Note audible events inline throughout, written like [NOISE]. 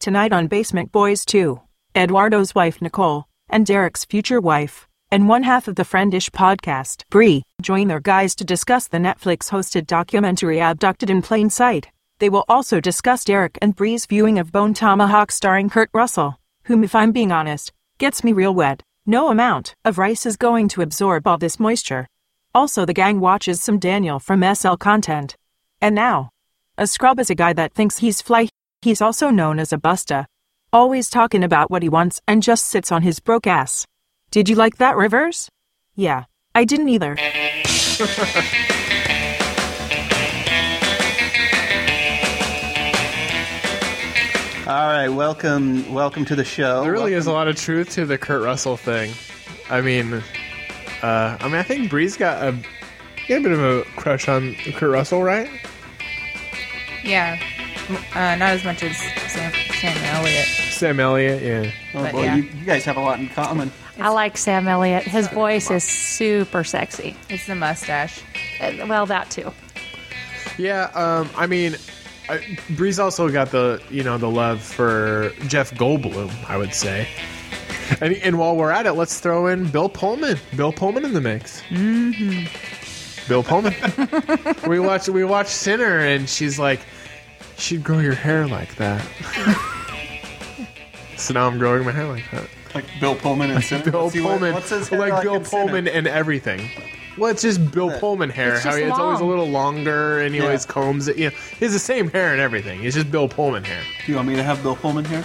Tonight on Basement Boys 2, Eduardo's wife Nicole and Derek's future wife and one half of the Friendish podcast, Bree, join their guys to discuss the Netflix hosted documentary Abducted in Plain Sight. They will also discuss Derek and Bree's viewing of Bone Tomahawk starring Kurt Russell, whom, if I'm being honest, gets me real wet. No amount of rice is going to absorb all this moisture. Also, the gang watches some Daniel from SL content. And now, a scrub is a guy that thinks he's fly. He's also known as a busta. Always talking about what he wants and just sits on his broke ass. Did you like that, Rivers? Yeah, I didn't either. All right, welcome, welcome to the show. There really is a lot of truth to the Kurt Russell thing. I mean, uh, I mean, I think Bree's got a, got a bit of a crush on Kurt Russell, right? Yeah. M- Uh, not as much as Sam, Sam Elliott. Sam Elliott, yeah. Well, but well, yeah. Oh, you, you guys have a lot in common. I like Sam Elliott. His voice is super sexy. It's the mustache. Uh, Well, that too. Yeah, um, I mean, I, Bree's also got the you know the love for Jeff Goldblum, I would say. And, and while we're at it, let's throw in Bill Pullman. Bill Pullman in the mix. Mm-hmm. Bill Pullman. we watched we watched Sinner, and she's like, "You should grow your hair like that." [LAUGHS] so now I'm growing my hair like that. Like Bill Pullman and Sinner. Bill Let's see what- Pullman, what's his hair like, Bill in Sinner? Pullman and everything. Well, it's just Bill Pullman hair. It's how just he, it's always a long. little longer, and he Yeah. always combs it. You know, he has the same hair and everything. It's just Bill Pullman hair. Do you want me to have Bill Pullman here?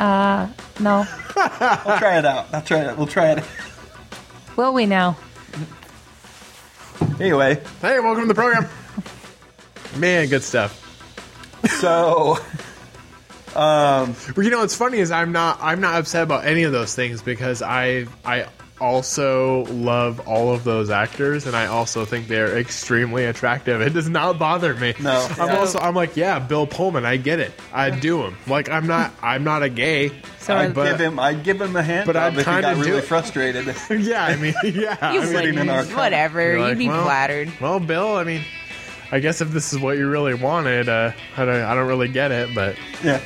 Uh, [LAUGHS] no. I'll try it out. I'll try it. We'll try it. Will we now? Anyway, Hey, welcome to the program. Man, good stuff. [LAUGHS] so um, But you know what's funny is I'm not I'm not upset about any of those things because I I also love all of those actors and I also think they're extremely attractive. It does not bother me. No. I'm Yeah. also I'm like yeah, Bill Pullman. I get it. I do him. Like I'm not I'm not a gay. So I- are- but- give him. I'd give him a hand but job I'd if he kinda got do really it. frustrated. [LAUGHS] Yeah, I mean, yeah. You I mean, wouldn't sitting in our wouldn't. Whatever. you're You'd like, be well- flattered. Well, Bill, I mean, I guess if this is what you really wanted, uh, I don't, I don't really get it, but yeah.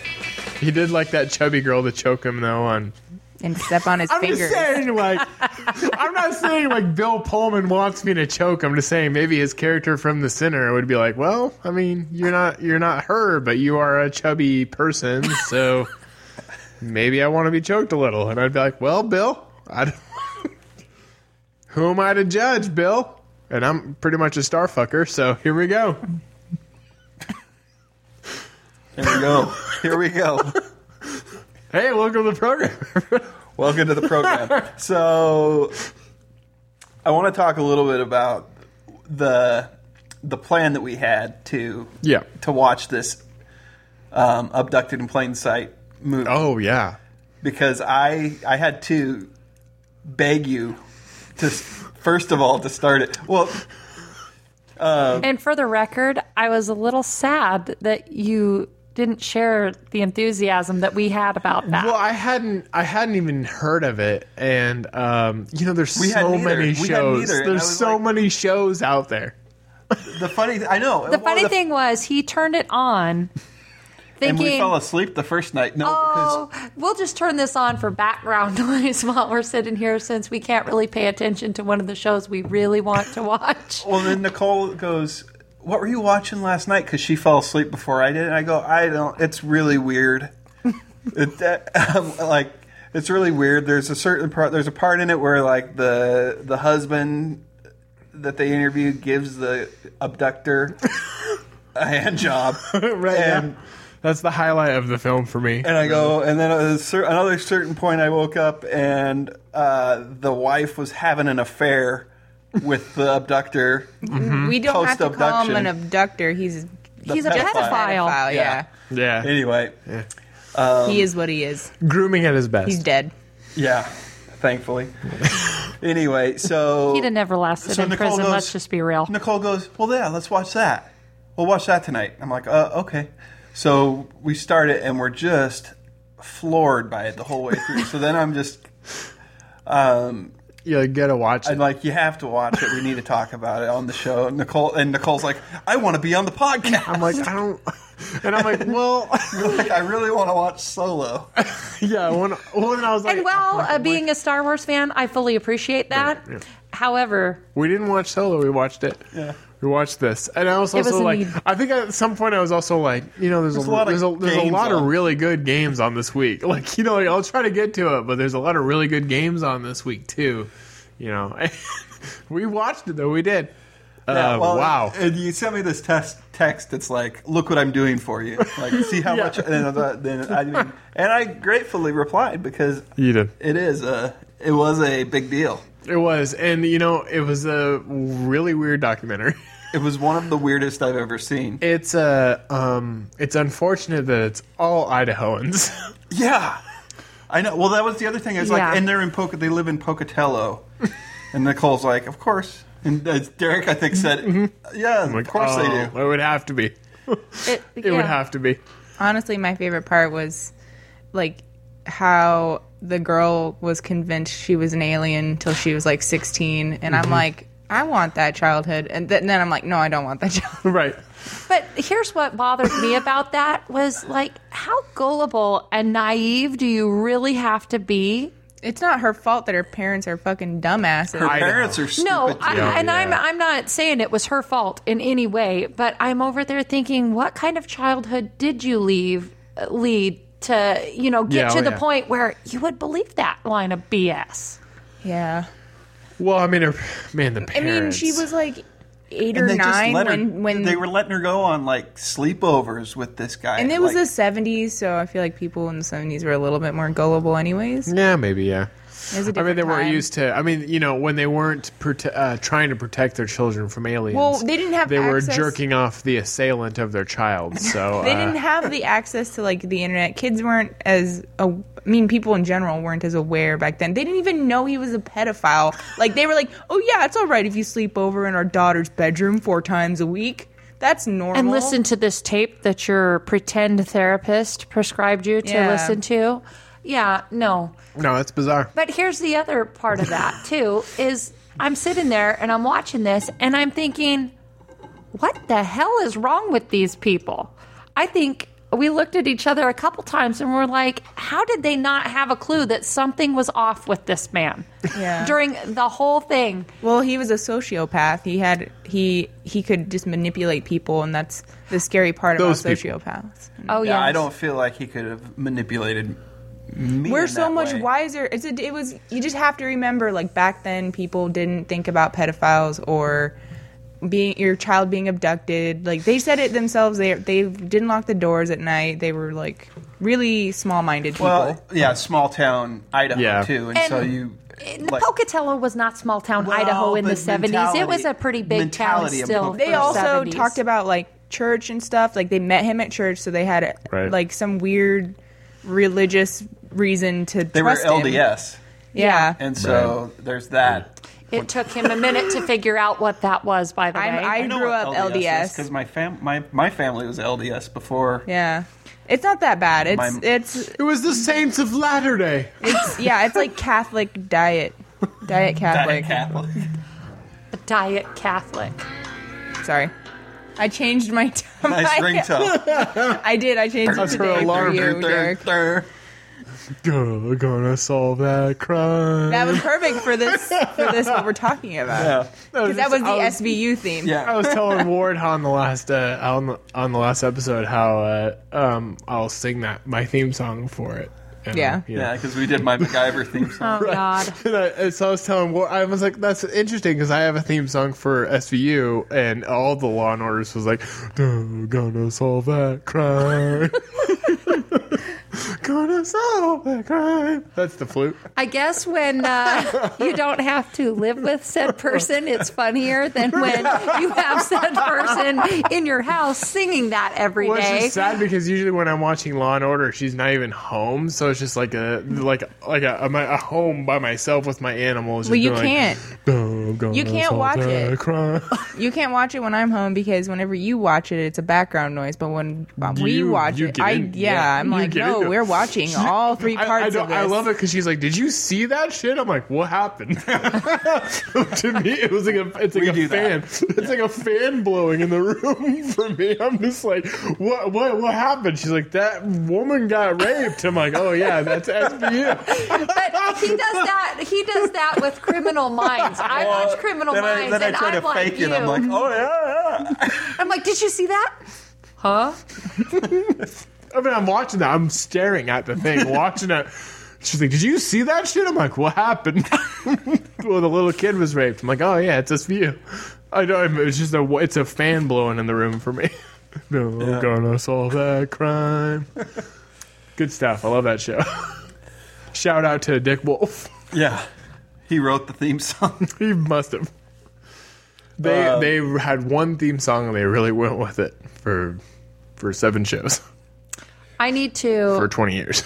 he did like that chubby girl to choke him though. On And step on his I'm fingers. just saying, like, I'm not saying like Bill Pullman wants me to choke. I'm just saying maybe his character from The Sinner would be like, well, I mean, you're not you're not her, but you are a chubby person, so maybe I want to be choked a little, and I'd be like, well, Bill, I don't- [LAUGHS] who am I to judge, Bill? And I'm pretty much a star fucker, so here we go. Here we go. Here we go. [LAUGHS] Hey, welcome to the program. [LAUGHS] Welcome to [LAUGHS] the program. so, I want to talk a little bit about the the plan that we had to Yeah. to watch this um, abducted in plain sight movie oh yeah. because I I had to beg you to s- first of all to start it. Well, uh, Um, And for the record, I was a little sad that you didn't share the enthusiasm that we had about that. Well, I hadn't I hadn't even heard of it, and um, you know, there's We so hadn't either. We many hadn't shows. either, and I There's was so like- many shows out there. the funny th- I know the funny thing was, he turned it [LAUGHS] and on we thinking, fell asleep the first night. No, oh, we'll just turn this on for background [LAUGHS] noise while we're sitting here since we can't really pay attention to one of the shows we really want to watch. because well then Nicole goes, "What were you watching last night?" Because she fell asleep before I did, and I go, "I don't. It's really weird. it, that, um, like." It's really weird. There's a certain part. There's a part in it where like the the husband that they interviewed gives the abductor a hand job, right. And- That's the highlight of the film for me. And I go, and then at a cer- another certain point, I woke up and uh, the wife was having an affair with the abductor. Mm-hmm. We don't have to call him Post-abduction. an abductor. He's He's a pedophile. pedophile. pedophile. Yeah. yeah. Anyway, um, he is what he is. Grooming at his best. He's dead. yeah, thankfully. [LAUGHS] anyway, so He'd have never lasted So in Nicole prison. goes- Let's just be real. Nicole goes, "Well, yeah, let's watch that. We'll watch that tonight." I'm like, "Uh, okay." So we start it, and we're just floored by it the whole way through. so then I'm just, um, You gotta watch it. I'm like, "You have to watch it. We need to talk about it on the show." Nicole and Nicole's like, "I want to be on the podcast." I'm like, I don't. [LAUGHS] And I'm like, [LAUGHS] well, I really want to watch Solo. [LAUGHS] yeah. When, well, then I was like, And well, uh, being a Star Wars fan, I fully appreciate that. However, we didn't watch Solo. We watched it. Yeah. We watched this, and I was It was also a like, need. I think at some point I was also like, you know, there's, a, a lot of there's a there's a games lot of on. really good games on this week. [LAUGHS] Like, you know, like, I'll try to get to it, but there's a lot of really good games on this week too. You know, [LAUGHS] we watched it though. We did. Yeah, uh, well, wow. And you sent me this test text. It's like, look what I'm doing for you. Like, see [LAUGHS] how much. And I thought- then I mean, and I gratefully replied because you did. it is a it was a big deal. It was, and you know, it was a really weird documentary. [LAUGHS] It was one of the weirdest I've ever seen. It's uh, um, it's unfortunate that it's all Idahoans. [LAUGHS] Yeah, I know. Well, that was the other thing. It's Yeah. like, and they're in Poca. They live [LAUGHS] in Pocatello. and Nicole's like, of course. And uh, Derek, I think, said, Mm-hmm. yeah, of course they do. oh, It would have to be. it, [LAUGHS] It would have to be. Honestly, my favorite part was like how the girl was convinced she was an alien until she was like 16, and Mm-hmm. I'm like, I want that childhood, and, th- then I'm like, no, I don't want that [LAUGHS] childhood. Right. But here's what bothered me about that was like, how gullible and naive do you really have to be? It's not her fault that her parents are fucking dumbasses. Her I know. parents are stupid. No, too. I, and Yeah. I'm I'm not saying it was her fault in any way, but I'm over there thinking, what kind of childhood did you leave uh, lead to you know Yeah, get to oh, the yeah. point where you would believe that line of BS? yeah. Well, I mean, her, man, the I parents. mean, she was like eight or And they just nine let her, when when they were letting her go on like sleepovers with this guy. And it was like, the 70s, so I feel like people in the 70s were a little bit more gullible, anyways. It Yeah, maybe. Yeah. was a I mean, different they weren't time. used to. I mean, you know, when they weren't prote- uh, trying to protect their children from aliens. Well, they didn't have They were access- jerking off the assailant of their child. So [LAUGHS] They uh, didn't have the access to like the internet. Kids weren't as a- I mean, people in general weren't as aware back then. They didn't even know he was a pedophile. Like they were like, "Oh yeah, it's all right if you sleep over in our daughter's bedroom four times a week. That's normal." And listen to this tape that your pretend therapist prescribed you to Yeah. listen to. Yeah, no. No, that's bizarre. But here's the other part of that too is I'm sitting there and I'm watching this and I'm thinking, what the hell is wrong with these people? I think we looked at each other a couple times and we're like, how did they not have a clue that something was off with this man Yeah. during the whole thing? Well, he was a sociopath. He had he he could just manipulate people, and that's the scary part Those about people. sociopaths. Oh Mm, Yeah, yeah, I don't feel like he could have manipulated me. We're in so that much way. wiser. It's a, it was you just have to remember like back then people didn't think about pedophiles or being your child being abducted. Like they said it themselves. They they didn't lock the doors at night. They were like really small minded people. Well, yeah, small town Idaho Yeah. too, and, so And you And Pocatello was not small town Well, Idaho in but the seventies. It was a pretty big town mentality- mentality of still. Poca- they for also 70s. talked about like church and stuff. Like they met him at church, so they had a, Right. like some weird religious reason to they were trust him. LDS, Yeah. and so there's that. it took him a minute to figure out what that was. By the way, I'm- I grew up LDS. because my fam my my family was LDS before. Yeah. It's not that bad. It's My- it's It was the Saints of Latter Day. it's yeah, it's like Catholic diet. [LAUGHS] Diet Catholic. Diet [LAUGHS] Catholic. diet Catholic. Sorry. I changed my [LAUGHS] time. nice ringtone. [LAUGHS] I did. I changed it That's her today for alarm. you, Derek. Go, gonna solve that crime. That was perfect for this for this what we're talking about. Yeah. Because that was the I SVU theme. I Yeah. was telling Ward on the last uh, on the, on the last episode how uh, um, I'll sing that my theme song for it. And, Yeah. you know. Yeah, because we did my MacGyver theme song. Oh, God. And I, and so I was telling Ward, I was like, "That's interesting because I have a theme song for SVU, and all the Law and Orders was like, "Duh, gonna solve that crime." [LAUGHS] Gonna solve that crime. That's the flute. I guess [LAUGHS] when uh, you don't have to live with said person, it's funnier [LAUGHS] than when you have said person in your house singing that every Well, it's day. just sad because usually when I'm watching Law and Order, she's not even home, so it's just like a like like a, a, my- a home by myself with my animals. Well, just you being like, can't. "Duh, gonna You can't solve watch that it. crime. You can't watch it when I'm home because whenever you watch it, it's a background noise. [LAUGHS] But when um, we You- watch you it, get I in- yeah, yeah, I'm you like, get no, into it." we're [LAUGHS] watching all three I- parts I, of don't- this. I love it because she's like, "Did you see that shit?" I'm like, "What happened?" [LAUGHS] to me, it was like a it's like We a do fan. that. [LAUGHS] It's like a fan blowing in the room [LAUGHS] for me. I'm just like, "What? What? What happened?" She's like, "That woman got raped." I'm like, "Oh yeah, that's SBU." But he does that. He does that with Criminal Minds. I watch Criminal then Minds, I, then I and try I'm to like fake it. you. I'm like, oh yeah, yeah. I'm like, did you see that? Huh? I mean, I'm watching that. I'm staring at the [LAUGHS] thing, watching it. She's like, "Did you see that shit?" I'm like, "What happened?" [LAUGHS] well, the little kid was raped. I'm like, "Oh yeah, it's SBU." I know it's just a it's a fan blowing in the room for me. [LAUGHS] no, I'm gonna solve that crime. Good stuff. I love that show. [LAUGHS] Shout out to Dick Wolf. yeah. He wrote the theme song. [LAUGHS] He must have. They Uh, they had one theme song and they really went with it for for seven shows I need Oh. to for twenty years.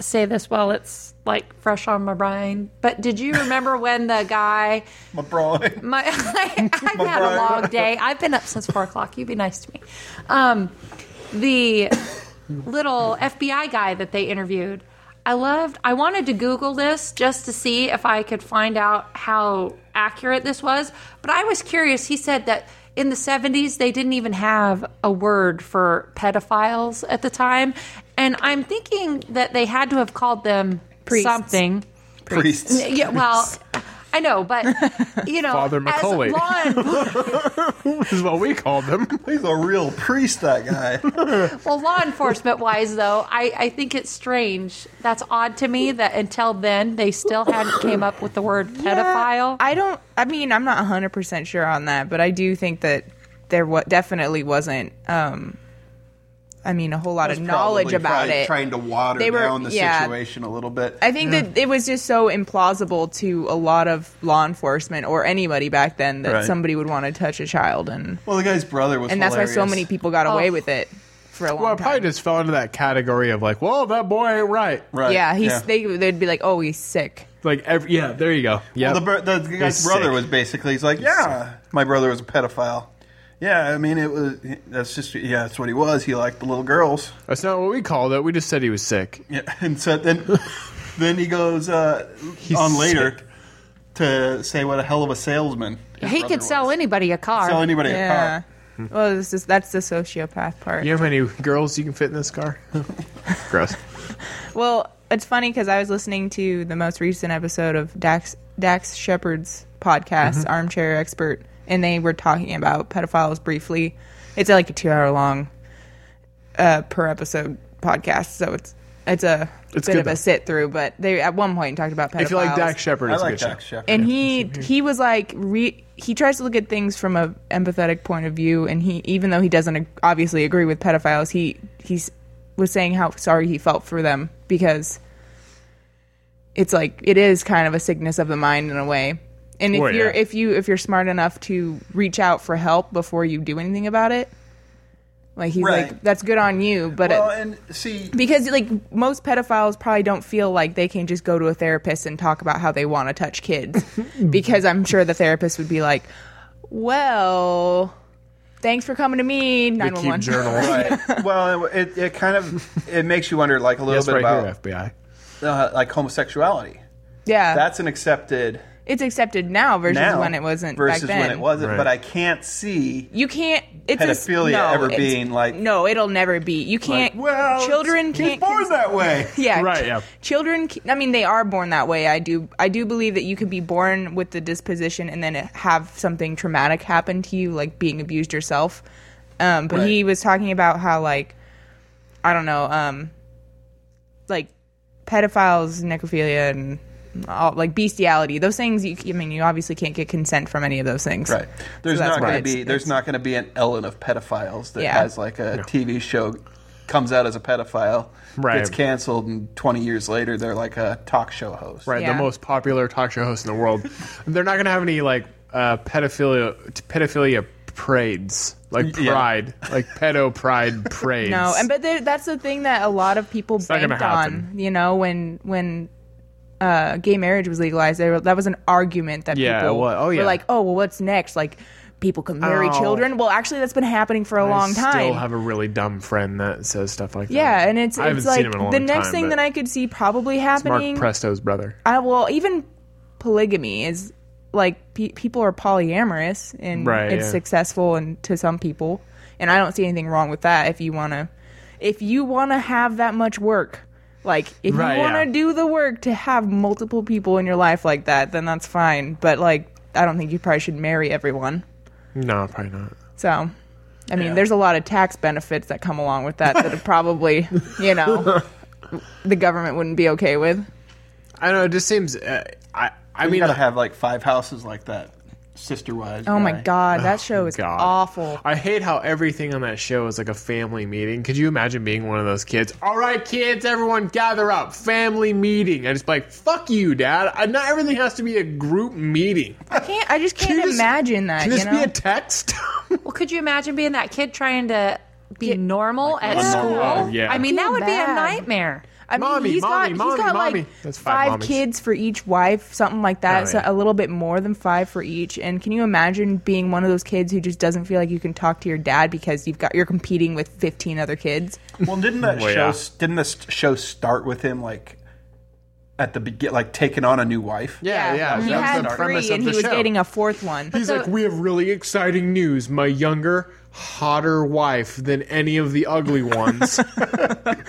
say this while it's like fresh on my brain. But did [LAUGHS] you remember when the guy? My bro. My, [LAUGHS] I, I've had a brain. long day. I've been up since four o'clock. You be nice to me. Um, the little FBI guy that they interviewed. I loved. I wanted to Google this just to see if I could find out how accurate this was. But I was curious. He said that in the seventies they didn't even have a word for pedophiles at the time, and I'm thinking that they had to have called them Priests. something. Priests. Yeah, well, I know, but you know, Father as Macaulay. law en- [LAUGHS] is what we called them. [LAUGHS] He's a real priest, [LAUGHS] that guy. well, law enforcement wise, though, I, I think it's strange. That's odd to me that until then they still hadn't came up with the word pedophile. I don't. I mean, I'm not 100 percent sure on that, but I do think that there wa- definitely wasn't. Um, I mean, a whole lot of knowledge Probably about try- it. Trying to water They were- down the yeah. situation a little bit. I think that it was just so implausible to a lot of law enforcement or anybody back then that Right. somebody would want to touch a child, and [LAUGHS] well, the guy's brother was. and that's why so hilarious. many people got away Oh. with it for a long Well, I time. probably just fell into that category of like, well, that boy ain't right. Right. Yeah, he's They, they'd be like, "Oh, heese sick." Like, every, yeah, there you go. Yeah, Well, the, bro- the the guy's He's brother sick. was basically. He's like, yeah, my brother was a pedophile. Yeah, I mean, it was. That's just. Yeah, that's what he was. He liked the little girls. that's not what we called it. We just said he was sick. Yeah, and so then, [LAUGHS] then he goes uh, on later sick. to say what a hell of a salesman his he brother could sell was. anybody a car. Sell anybody a Yeah. car. Well, this is that's the sociopath part. You know how many girls you can fit in [LAUGHS] this car? Gross. Well, it's funny because I was listening to the most recent episode of Dax Dax Shepard's podcast, Mm-hmm. Armchair Expert, and they were talking about pedophiles briefly. It's like a two-hour long uh, per episode podcast, so it's it's a It's bit good, of though. a sit through. But they at one point talked about pedophiles. If you like Dak Shepard, I it's a like good show. Jack Shepard. and he he was like re, he tries to look at things from a empathetic point of view and he even though he doesn't ag- obviously agree with pedophiles he he's was saying how sorry he felt for them because it's like it is kind of a sickness of the mind in a way and if Well, you're yeah. if you if you're smart enough to reach out for help before you do anything about it like he's Right. like that's good on you but well, it, and [LAUGHS] see, because like most pedophiles probably don't feel like they can just go to a therapist and talk about how they want to touch [LAUGHS] kids because i'm sure the therapist would be like well thanks for coming to me They keep 911 journals. right. well, it, it kind of it makes you wonder like a little Yes, bit right about here, FBI. uh, like homosexuality. [LAUGHS] yeah That's an accepted it's accepted now versus now when it wasn't versus back then when it wasn't. Right. But I can't see you can't it's a s- Pedophilia no, ever it's- being, like- no it'll never be you can't well, children he's can't born that way. [LAUGHS] yeah Right, yeah. children c- i mean they are born that way i do i do believe that you could be born with the disposition and then have something traumatic happen to you like being abused yourself um, but he Right. was talking about how like i don't know um, like pedophiles necrophilia and all, like bestiality those things you c- i mean you obviously can't get consent from any of those things Right. There's So that's not why going to it's- be there's not going to be an Ellen of pedophiles that Yeah. has like a TV show comes out as a pedophile, Right. gets canceled, and 20 years later they're like a talk show host. Right, Yeah. the most popular talk show host in the [LAUGHS] world. They're not going to have any like uh, pedophilia pedophilia parades, like Yeah. pride, like pedo [LAUGHS] pride parades. No, and but there, that's the thing that a lot of people not banked gonna happen. on. You know, when when uh, gay marriage was legalized, they were, that was an argument that Yeah, people it was. Oh, yeah. were like, oh, well, what's next? Like, people can marry Oh. children. Well, actually, that's been happening for a long time. Still have a really dumb friend that says stuff like that. yeah, and it's I haven't it's seen like him in a long the next time, thing but that I could see probably it's Mark happening. Presto's brother. I well, even polygamy is like pe- people are polyamorous and Right, it's yeah. successful and to some people, and I don't see anything wrong with that. If you want to, if you want to have that much work, like if Right, you want to yeah. do the work to have multiple people in your life like that, then that's fine. But like, I don't think you probably should marry everyone. No, probably not. So. I mean, there's a lot of tax benefits that come along with that that are probably, you [LAUGHS] know, the government wouldn't be okay with. I don't know. It just seems. Uh, I I I mean, mean, gotta have like five houses like that, sister wives. Oh my guy. god, that show is God. awful. I hate how everything on that show is like a family meeting. Could you imagine being one of those kids? All right, kids, everyone gather up. Family meeting. I just be like, fuck you, dad. I, not everything has to be a group meeting. I can't. I just can't you just- imagine that. Can this you know, be a [LAUGHS] text? Well, could you imagine being that kid trying to be normal at a school? normal- Oh, yeah. I mean, that would be a Bad. nightmare. I mean, Mommy, he's mommy, got mommy, he's got mommy. like That's five five, mommies. kids for each wife, something like that. Oh, So yeah. a little bit more than five for each. And can you imagine being one of those kids who just doesn't feel like you can talk to your dad because you've got you're competing with fifteen other kids? Well, didn't that Well, show? yeah. Didn't this show start with him like at the begin, like taking on a new wife? He that was had the premise three, of and he the was show. dating a fourth one. He's like, we have really exciting news. My younger, hotter wife than any of the ugly [LAUGHS] ones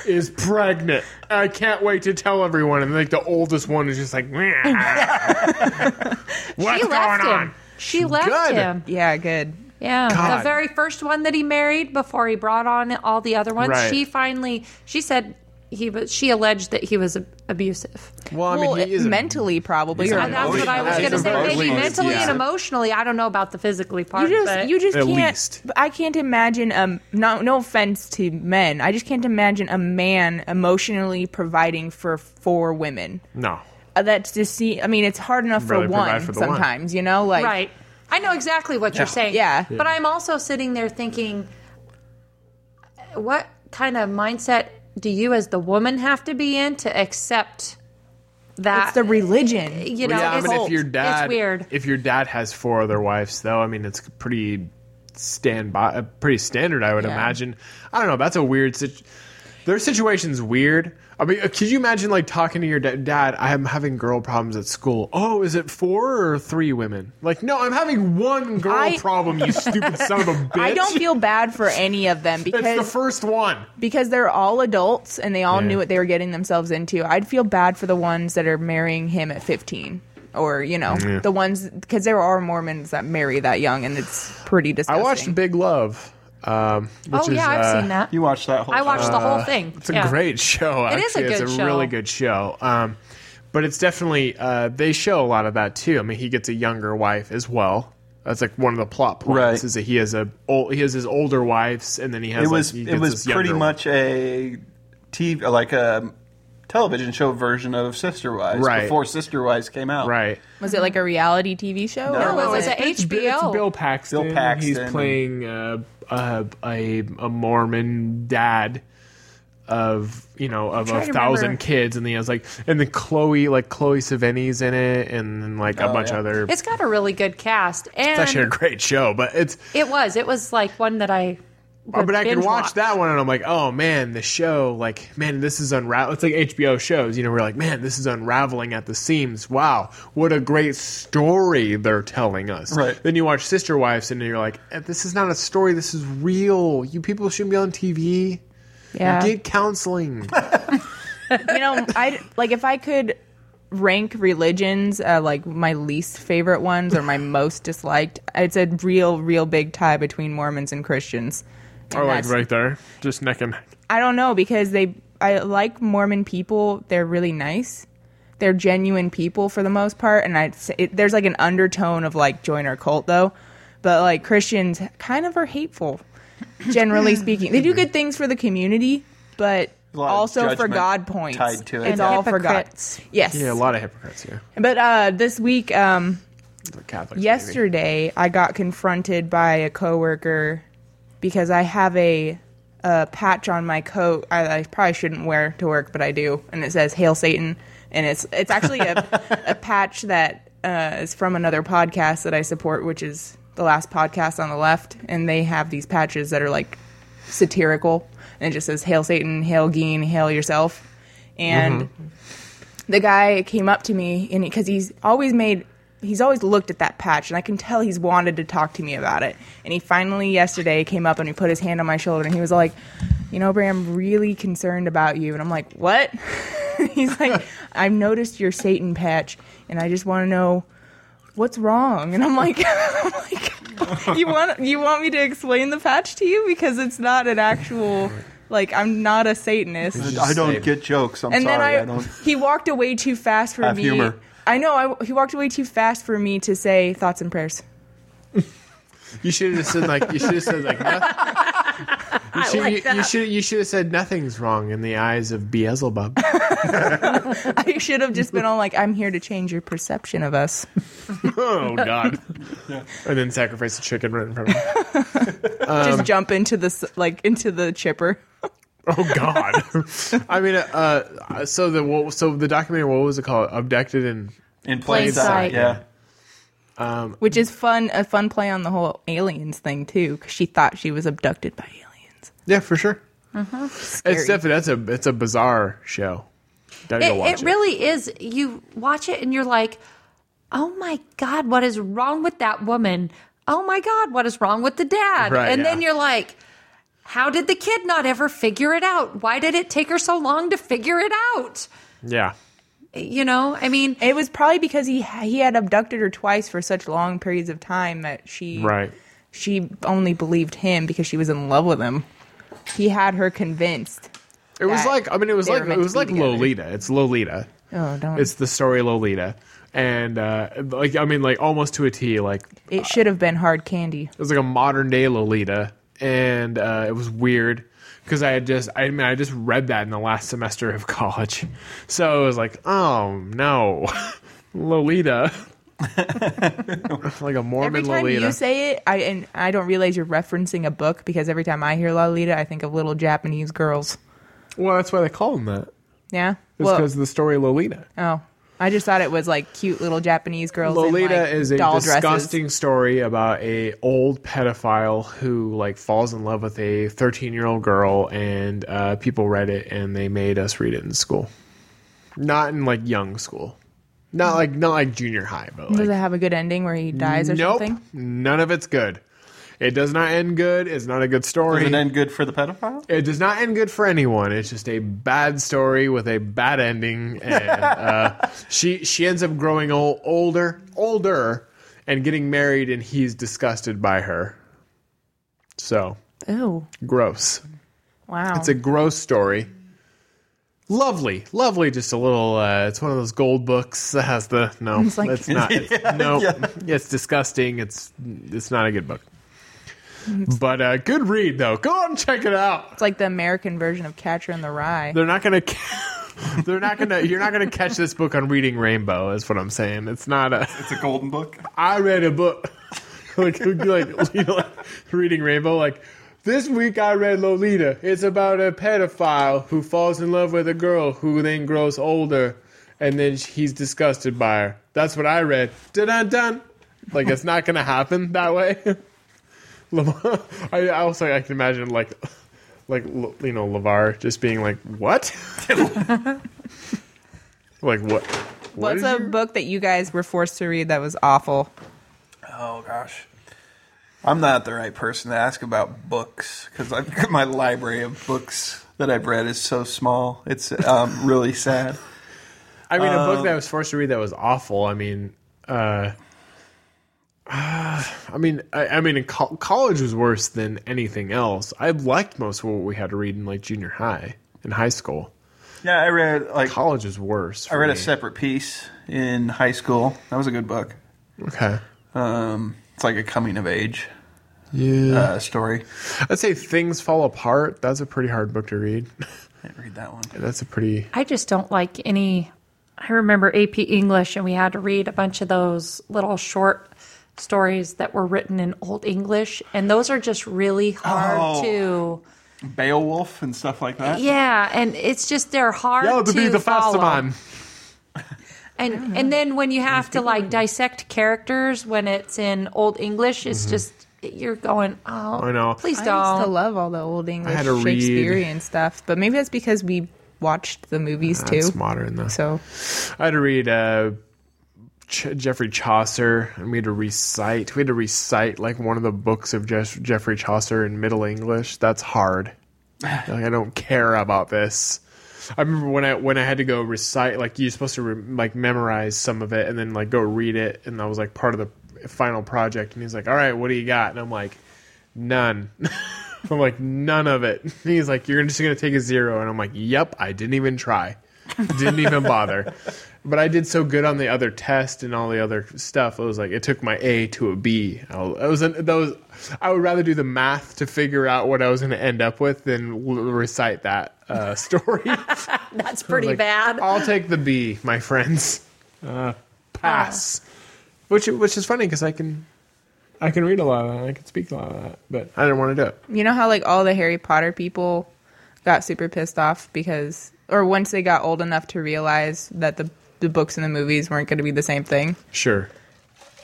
is pregnant. I can't wait to tell everyone. And like the oldest one is just like, [LAUGHS] "Meh." what's she going left on? him. She left Good. him. Yeah, good. Yeah, God. the very first one that he married before he brought on all the other ones. Right. She finally, she said he was. She alleged that he was ab- abusive. Well, I mean, well, he is a- mentally probably. he's or an And that's what I was Emotionally, going to say. emotionally, Maybe mentally yeah. and emotionally. I don't know about the physically part. You just but you just At can't. least. I can't imagine. Um, no, no offense to men. I just can't imagine a man emotionally providing for four women. No. Uh, That's just see. I mean, it's hard enough Really for one provide for the one. sometimes. You know, like right. I know exactly what you're saying. Yeah. But I'm also sitting there thinking, what kind of mindset do you as the woman have to be in to accept that? it's the religion. you know, yeah, I it's, mean, if your dad, it's weird. if your dad has four other wives, though, I mean, it's pretty stand by, uh, pretty standard, I would Yeah. imagine. I don't know. That's a weird situation. Their situation's weird. I mean, uh, could you imagine like talking to your da- dad? I am having girl problems at school. Oh, is it four or three women? Like, no, I'm having one girl I- problem. You stupid son of [LAUGHS] a [LAUGHS] bitch! I don't feel bad for any of them [LAUGHS] it's the because first one. because they're all adults and they all Yeah. knew what they were getting themselves into. I'd feel bad for the ones that are marrying him at fifteen. Or you know the ones because there are Mormons that marry that young and it's pretty I disgusting. watched Big Love. Um, which Oh yeah, is, I've uh, seen that. You watched that whole. I watched show. the whole thing. It's a great show. It Actually. is a good It's a show. really good show. Um, but it's definitely uh, they show a lot of that too. I mean, he gets a younger wife as well. That's like one of the plot points Right. is that he has a old, he has his older wives, and then he has It like, was. he it gets was this younger pretty one. much a TV, like a television show version of Sister Wives Right. before Sister Wives came out. right. Was it like a reality TV show? No, No, it was It's- a It's HBO. Bill Paxton. Bill Paxton. He's playing uh, uh, a a Mormon dad of you know of a trying to thousand remember. kids, and he has like and then Chloe like Chloe Savini's in it, and then like a Oh, bunch yeah. of other. It's got a really good cast, and It's actually a great show, but it's it was it was like one that I. would Oh, but I could binge watch, that one and I'm like, oh man, the show, like man, this is unravel. It's like HBO shows, you know, we're like, man, this is unraveling at the seams. Wow, what a great story they're telling us. Right. Then you watch Sister Wives and you're like, eh, this is not a story. This is real. You people shouldn't be on TV. Yeah. [LAUGHS] Get counseling. you know, I like if I could rank religions uh, like my least favorite ones or my most disliked. It's a real, real big tie between Mormons and Christians. or like That's- right there, just neck and neck. I don't know because they. I like Mormon people. They're really nice. They're genuine people for the most part, and I it, there's like an undertone of like join our cult though, but like Christians kind of are hateful, generally speaking. They do good things for the community, but lot of also for judgment God points. tied to it. It's And all for God. hypocrites. Yes. Yeah, a lot of hypocrites here. But uh, this week, um, The Catholics. maybe. yesterday, I got confronted by a coworker because I have a a patch on my coat I, I probably shouldn't wear to work, but I do, and it says "Hail Satan," and it's it's actually a, a patch that uh, is from another podcast that I support, which is the last podcast on the left, and they have these patches that are like satirical, and it just says "Hail Satan," "Hail Geen," "Hail yourself," and the guy came up to me and because he's always made he's always looked at that patch and i can tell he's wanted to talk to me about it and he finally yesterday came up and he put his hand on my shoulder and he was like you know bray i'm really concerned about you and i'm like what [LAUGHS] he's like i've noticed your satan patch and i just want to know what's wrong and i'm like, [LAUGHS] I'm like you want you want me to explain the patch to you because it's not an actual like i'm not a satanist I don't say- get jokes. I'm and sorry. I, then I, [LAUGHS] don't. he walked away too fast for Have me. humor. I know I, he walked away too fast for me to say thoughts and prayers. [LAUGHS] You should have said like you should have said [LAUGHS] like. Nothing. You should, like you- you, that. should you should have said nothing's wrong in the eyes of Beelzebub. I should have just been all like, "I'm here to change your perception of us." [LAUGHS] oh God! [LAUGHS] And then sacrifice a chicken right in front of him. [LAUGHS] Um, Um, just jump into this, like into the chipper. Oh God! I mean, uh, so the what- so the documentary what was it called? Abducted and Um, In plain Plain sight. sight. Yeah. Which is fun, a fun play on the whole aliens thing too, because she thought she was abducted by aliens. yeah, for sure. It's Mm-hmm. Scary. definitely that's a it's a bizarre show. Gotta go It, watch it really is. You watch it and you're like, oh my God, what is wrong with that woman? Oh my God, what is wrong with the dad? Right, and yeah. then you're like, how did the kid not ever figure it out? Why did it take her so long to figure it out? Yeah. You know, I mean, it was probably because he he had abducted her twice for such long periods of time that she Right. she only believed him because she was in love with him. He had her convinced. It was that like I mean it was they were like it meant to was be like together. Lolita. It's Lolita. Oh, don't. It's the story Lolita. And uh, like I mean like almost to a T like it it should have been hard candy. was like a modern day Lolita and uh, it was weird cuz I had just I mean I just read that in the last semester of [LAUGHS] college. So it was like, "Oh no. [LAUGHS] Lolita." [LAUGHS] like a Mormon Every time Lolita. you say it, I and I don't realize you're referencing a book because every time I hear Lolita, I think of little Japanese girls. well, that's why they call them that. Yeah. It's Well, because of the story Lolita. oh, I just thought it was like cute little Japanese girls. in, Lolita like, is a doll disgusting Dresses. story about a old pedophile who like falls in love with a 13 year old girl, and uh, people read it and they made us read it in school. Not in like young school, not like not like junior high, but Does like it have a good ending where he dies or nope, something? none of it's good. It does not end good. It's not a good story. Does it end good for the pedophile? It does not end good for anyone. It's just a bad story with a bad ending, and [LAUGHS] uh, she she ends up growing old, older, older, and getting married, and he's disgusted by her. So Oh, gross. wow. It's a gross story. Lovely, lovely. Just a little. Uh, it's one of those gold books that has the no. It's, like- not. It's, no, it's disgusting. It's it's not a good book. But uh, good read though. Go on, and check it out. it's like the American version of Catcher in the Rye. They're not gonna. ca- They're not gonna. You're not gonna catch this book on reading Rainbow. Is what I'm saying. It's not a. It's a golden book. I read a book. [LAUGHS] like, it would be like, [LAUGHS] you know, like reading Rainbow. Like this week, I read Lolita. It's about a pedophile who falls in love with a girl who then grows older, and then he's disgusted by her. That's what I read. Dun dun dun. Like it's not gonna happen that way. [LAUGHS] Lamar, I, I also I can imagine like, like you know Lavar just being like, what? [LAUGHS] like what? What [LAUGHS] What's did a you- book that you guys were forced to read that was awful? Oh gosh, I'm not the right person to ask about books because I've my library of books that I've read is so small. It's um, really sad. Um, I mean, a Uh, book that I was forced to read that was awful. I mean, uh, [SIGHS] ah, I mean, I, I mean, in col college was worse than anything else. I liked most of what we had to read in like junior high and high school. Yeah, I read like College was worse. I read a set. separate piece in high school. That was a good book. Okay. Um, it's like a coming of age Yeah. uh, story. I'd say Things Fall Apart. That's a pretty hard book to read. I didn't read that one. [LAUGHS] That's a pretty. I just don't like any. I remember AP English, and we had to read a bunch of those little short stories that were written in Old English, and those are just really hard Oh. to. Beowulf and stuff like that. Yeah, and it's just they're hard Yellow to Uh. to be the follow. faster man. And and then when you have to like dissect characters when it's in old English, Mm-hmm. it's just you're going, oh, I know. please I used to don't. love all the old English had to read. Shakespearean stuff, but maybe that's because we watched the movies too. That's modern though. So I had to read uh, Ch- Geoffrey Chaucer, and we had to recite. We had to recite like one of the books of Jeff- Geoffrey Chaucer in Middle English. That's hard. like, I don't care about this. I remember when I when I had to go recite, like you're supposed to re- like memorize some of it and then like go read it, and that was like part of the final project. And he's like, "All right, what do you got?" And I'm like, "None." [LAUGHS] I'm like, "None of it." [LAUGHS] And he's like, "You're just gonna take a zero. and I'm like, "Yep, I didn't even try, [LAUGHS] didn't even bother." But I did so good on the other test and all the other stuff. It was like it took my A to a B. I was, it was, an, that was I would rather do the math to figure out what I was going to end up with than l- recite that uh, [LAUGHS] story. [LAUGHS] That's pretty Like, bad. I'll take the B, my friends. Uh, [LAUGHS] pass. Which which is funny because I can I can read a lot of that. and I can speak a lot of that, but I didn't want to do it. you know how like all the Harry Potter people got super pissed off because, or once they got old enough to realize that the the books and the movies weren't going to be the same thing. Sure.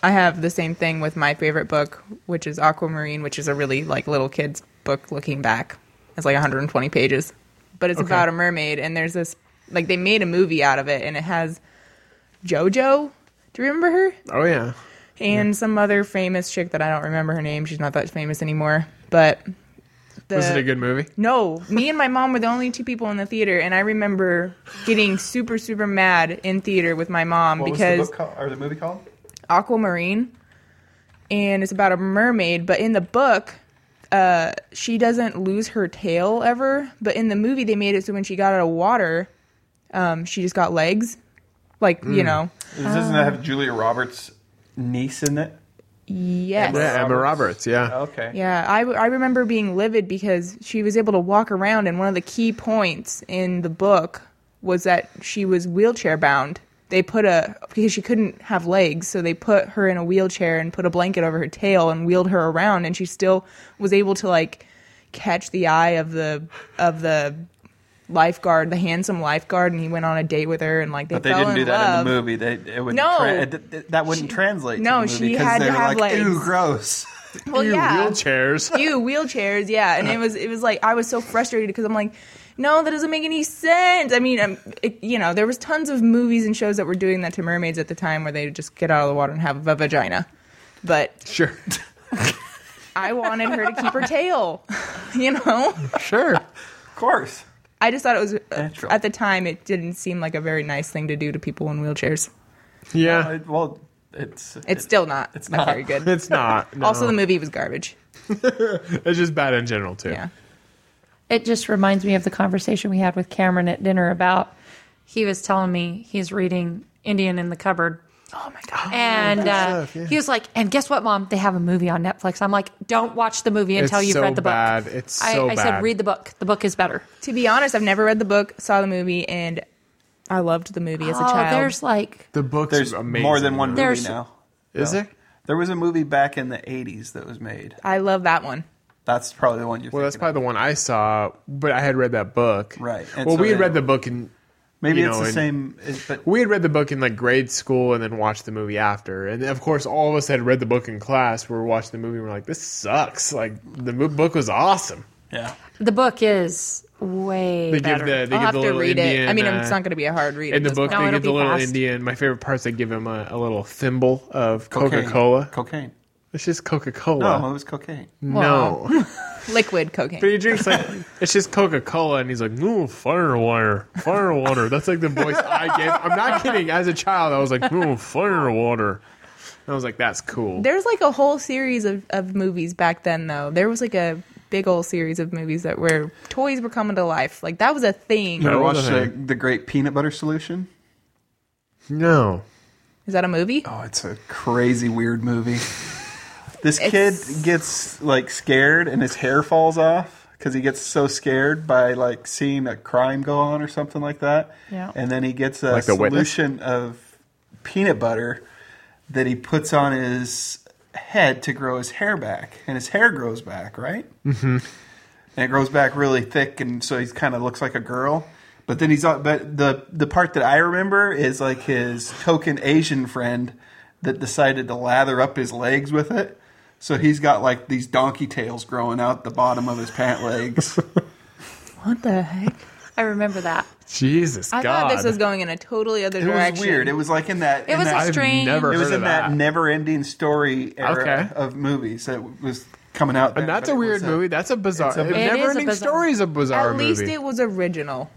I have the same thing with my favorite book, which is Aquamarine, which is a really like little kids book looking back. It's like 120 pages, but it's Okay. about a mermaid and there's this like they made a movie out of it and it has JoJo. Do you remember her? Oh yeah. And some other famous chick that I don't remember her name. She's not that famous anymore, but the, Was it a good movie? no, me and my mom were the only two people in the theater, and I remember getting super, super mad in theater with my mom What Um, because was the book called, or the movie called? aquamarine and it's about a mermaid but in the book uh, she doesn't lose her tail ever but in the movie they made it so when she got out of water um, she just got legs like Mm. you Hmm. know Doesn't Um, that have Julia Roberts' niece in it? yes Yeah, Emma Roberts. Yeah. Okay. Yeah, I, I remember being livid because she was able to walk around, and one of the key points in the book was that she was wheelchair bound. They put a because she couldn't have legs, so they put her in a wheelchair and put a blanket over her tail and wheeled her around, and she still was able to like catch the eye of the of the lifeguard, the handsome lifeguard, and he went on a date with her, and like they But they fell didn't in do that love. in the movie. They it would No. that wouldn't translate. no, to the she movie 'cause had they to were have like, Ew, legs. gross. Well, Ew, yeah. [LAUGHS] Wheelchairs. you wheelchairs yeah and it was it was like i was so frustrated because i'm like no that doesn't make any sense i mean um it, you know there was tons of movies and shows that were doing that to mermaids at the time where they would just get out of the water and have a vagina but [LAUGHS] Sure. i wanted her to keep her tail [LAUGHS] you know Sure. Of course. i just thought it was uh, Natural. at the time it didn't seem like a very nice thing to do to people in wheelchairs Yeah. I- well, it's it's still not it's not. very good [LAUGHS] It's not. No. also the movie was garbage [LAUGHS] it's just bad in general too. yeah It just reminds me of the conversation we had with Cameron at dinner about he was telling me he's reading Indian in the Cupboard. oh my god And uh, stuff, yeah. he was like, and guess what, mom? They have a movie on Netflix. I'm like, don't watch the movie until It's you've so read the book. bad. It's I, so I bad. said, read the book. The book is better. to be honest i've never read the book saw the movie and i loved the movie as a oh, child there's like, The book's there's amazing. more than one movie There's- now. Is there? There was a movie back in the '80s that was made. I love that one. That's probably the one you're. Well, that's thinking probably the one I saw, but I had read that book. Right, and well, so we had they- read the book in of. Maybe you it's know, the and- same. Is, but we had read the book in like grade school and then watched the movie after. And of course, all of us had read the book in class. We were watching the movie. and We're like, this sucks. Like the mo- book was awesome. yeah, the book is way They better. give the they I'll give have the to little read Indian. it. I mean, uh, it's not going to be a hard read. in the It's book, No, they it'll give the be little fast. Indian. My favorite part's they give him a, a little thimble of Cocaine. Coca Cola. cocaine. It's just Coca No, Cola. it was cocaine. no. [LAUGHS] liquid cocaine. But he [LAUGHS] drinks like it's just Coca Cola, and he's like, "Ooh, fire water, fire water." That's like the voice I gave. I'm not kidding. As a child, I was like, "Ooh, fire water." And I was like, "That's cool." There's like a whole series of, of movies back then, though. There was like a big old series of movies that were toys were coming to life. Like that was a thing. I No. watched wasn't the, the Great Peanut Butter Solution. No, Is that a movie? Oh, it's a crazy weird movie. This It's- kid gets like scared and his hair falls off because he gets so scared by like seeing a crime go on or something like that. Yeah. And then he gets a Like The Witness? solution of peanut butter that he puts on his head to grow his hair back, and his hair grows back, right? Mm-hmm. and it grows back really thick, and so he kind of looks like a girl. But then he's all- but the the part that I remember is like his token Asian friend that decided to lather up his legs with it. So he's got like these donkey tails growing out the bottom of his pant legs. What the [LAUGHS] heck? I remember that. [LAUGHS] Jesus I God. thought this was going in a totally other It direction. was weird. It was like in that. It in was that, a I've strange. never It was heard of in that, that. never-ending story era Okay. of movies that was coming out. and then, that's but a it weird was movie. That's a bizarre. It's a- It is a never ending bizarre- story is a bizarre At least movie. it was original.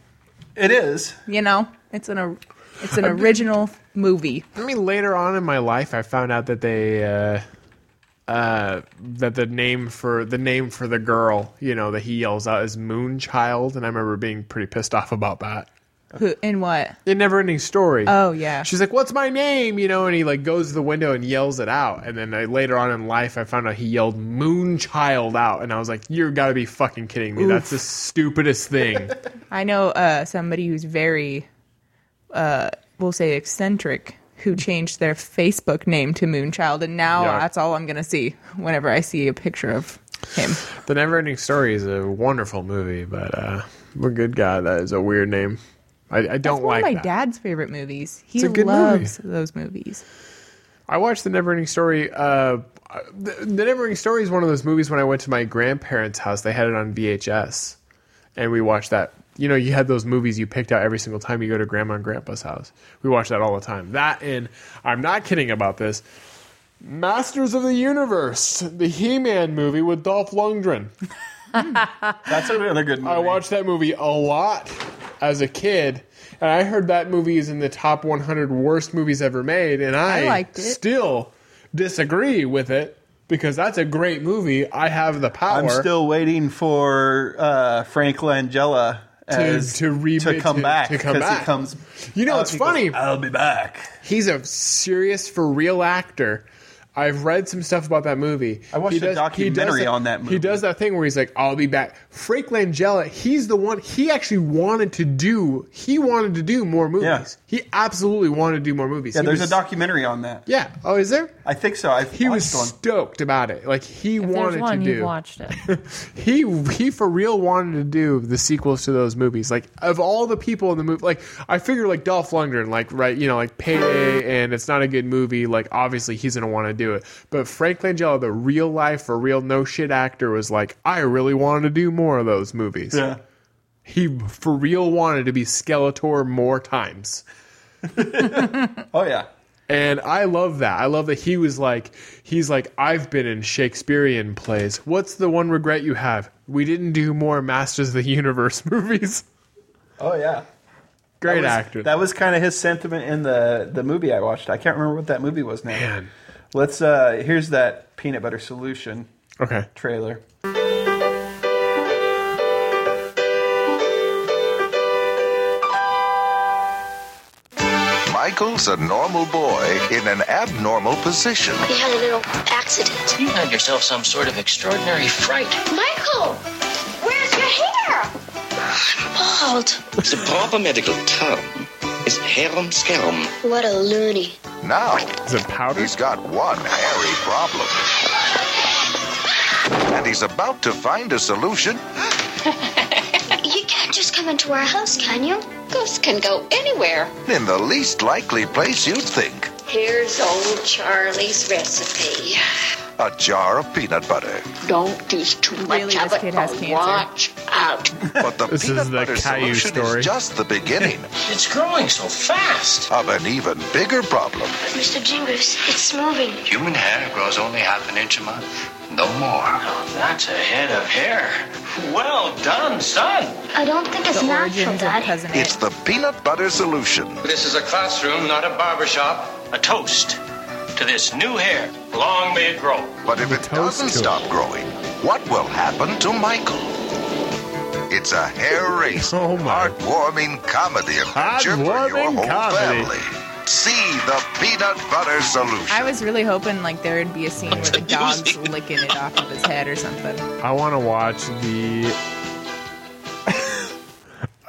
It is. You know, it's an or- it's an original movie. I mean, later on in my life, I found out that they uh, uh, that the name for the name for the girl, you know, that he yells out is Moonchild, and I remember being pretty pissed off about that. Who in what? In never ending story. Oh yeah. She's like, "What's my name?" You know, and he like goes to the window and yells it out. And then I, later on in life, I found out he yelled "Moonchild" out, and I was like, "You got to be fucking kidding me! That's the stupidest thing." I know uh, somebody who's very, uh, we'll say eccentric, who changed their Facebook name to Moonchild, and now Yeah. that's all I'm gonna see whenever I see a picture of [LAUGHS] him. the Never Ending Story is a wonderful movie, but uh, we're good God, that is a weird name. I, I don't It's one like of my that. dad's favorite movies. He It's a good loves those movies. I watched The Neverending Story. Uh, the, the Neverending Story is one of those movies. When I went to my grandparents' house, they had it on VHS, and we watched that. You know, you had those movies you picked out every single time you go to grandma and grandpa's house. We watched that all the time. That and I'm not kidding about this. Masters of the Universe, the He-Man movie with Dolph Lundgren. [LAUGHS] That's another good movie. I watched that movie a lot as a kid, and I heard that movie is in the top 100 worst movies ever made, and I, I liked it. still disagree with it because that's a great movie. I have the power. I'm still waiting for uh, Frank Langella as, to re- to come to- back to come 'cause back. he comes. You know, out, it's he goes, funny. I'll be back. He's a serious for real actor. I've read some stuff about that movie. I watched a documentary on that movie. He does that thing where he's like, "I'll be back." Frank Langella, he's the one. He actually wanted to do. He wanted to do more movies. Yeah. He absolutely wanted to do more movies. Yeah, He there's was- a documentary on that. Yeah. Oh, is there? I think so. I've He was watched one. stoked about it. Like he There's wanted one to you've do. watched it. [LAUGHS] He he for real wanted to do the sequels to those movies. Like of all the people in the movie, like I figure like Dolph Lundgren, like right, you know, like Payday, and it's not a good movie. Like obviously he's gonna want to do it. But Frank Langella, the real life for real no shit actor, was like, I really wanted to do more of those movies. Yeah. He for real wanted to be Skeletor more times. [LAUGHS] Oh yeah. And I love that. I love that he was like, he's like, I've been in Shakespearean plays. What's the one regret you have? We didn't do more Masters of the Universe [LAUGHS] movies. Oh yeah. Great That was- actor. That was kind of his sentiment in the the movie I watched. I can't remember what that movie was now. Man. Let's. uh Here's that peanut butter solution okay. trailer. Michael's a normal boy in an abnormal position. We had a little accident. You had yourself some sort of extraordinary fright. Michael, where's your hair? I'm [SIGHS] bald. The proper medical term is harum scarum. What a loony. Now, Is it powder? he's got one hairy problem. And he's about to find a solution You can't just come into our house, can you? Ghosts can go anywhere. in the least likely place you'd think Here's old Charlie's recipe. a jar of peanut butter. Don't do too much Really, of this it. kid has but cancer. Watch out. But the [LAUGHS] This peanut is the butter Caillou solution story. is just the beginning [LAUGHS] It's growing so fast. of an even bigger problem. Mr. Jingles, it's moving. Human hair grows only half an inch a month, no more. that's a head of hair. Well done, son. I don't think it's The natural, origins of Dad. Cousin It's Ed. the peanut butter solution. This is a classroom, not a barber shop. A toast to this new hair. Long may it grow. But if it toast doesn't killer. stop growing, what will happen to Michael? It's a hair [LAUGHS] race, Oh, my. heartwarming comedy adventure for your Heartwarming whole comedy. family. See the peanut butter solution. [LAUGHS] I [LAUGHS] was really hoping like there would be a scene where the [LAUGHS] dog's licking it off of his head or something. I want to watch the. [LAUGHS]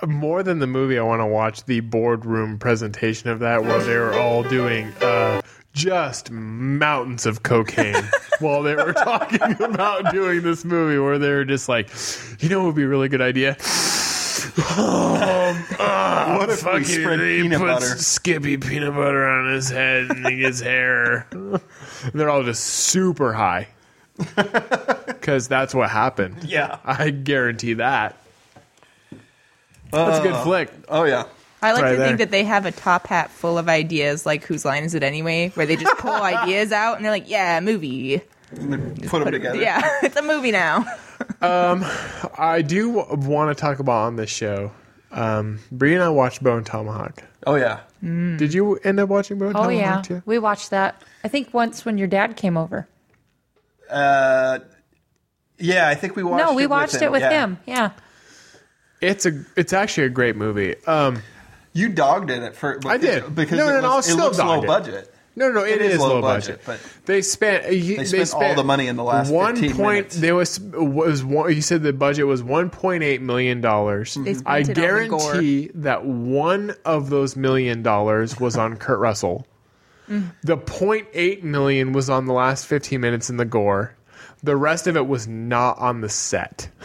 More than the movie, I want to watch the boardroom presentation of that where they were all doing uh, just mountains of cocaine. while they were talking about doing this movie, where they were just like, you know, what would be a really good idea. [SIGHS] um, ah, What if we fucking- spread he peanut puts butter? Skippy peanut butter on his head and he gets hair. And [LAUGHS] they're all just super [LAUGHS] high because that's what happened. Yeah. I guarantee that. That's a good flick. Oh yeah. I like Right to think there. that they have a top hat full of ideas, like whose line is it anyway? Where they just [LAUGHS] pull ideas out and they're like, "Yeah, movie. And then put them together. Yeah, [LAUGHS] it's a movie now." um, I do want to talk about on this show. Um, Brie and I watched Bone Tomahawk. Oh yeah. Did you end up watching Bone Oh Tomahawk yeah, too? we watched that. I think once when your dad came over. Uh, yeah, I think we watched. no, we watched it with yeah. him. Yeah, It's a it's actually a great movie. Um, You dogged it at first. I did. because No, it, no, was, no, I was it still looks low dogged it. budget. no, no, It is, is low low budget, budget, but- they spent he- they spent all the money in the last 15 point. minutes. There was was one, you said the budget was one point eight million dollars. spent I it on the gore. guarantee that one of those million dollars was on Kurt Russell. Mm. The point eight million was on the last fifteen minutes in the gore. The rest of it was not on the set. [LAUGHS]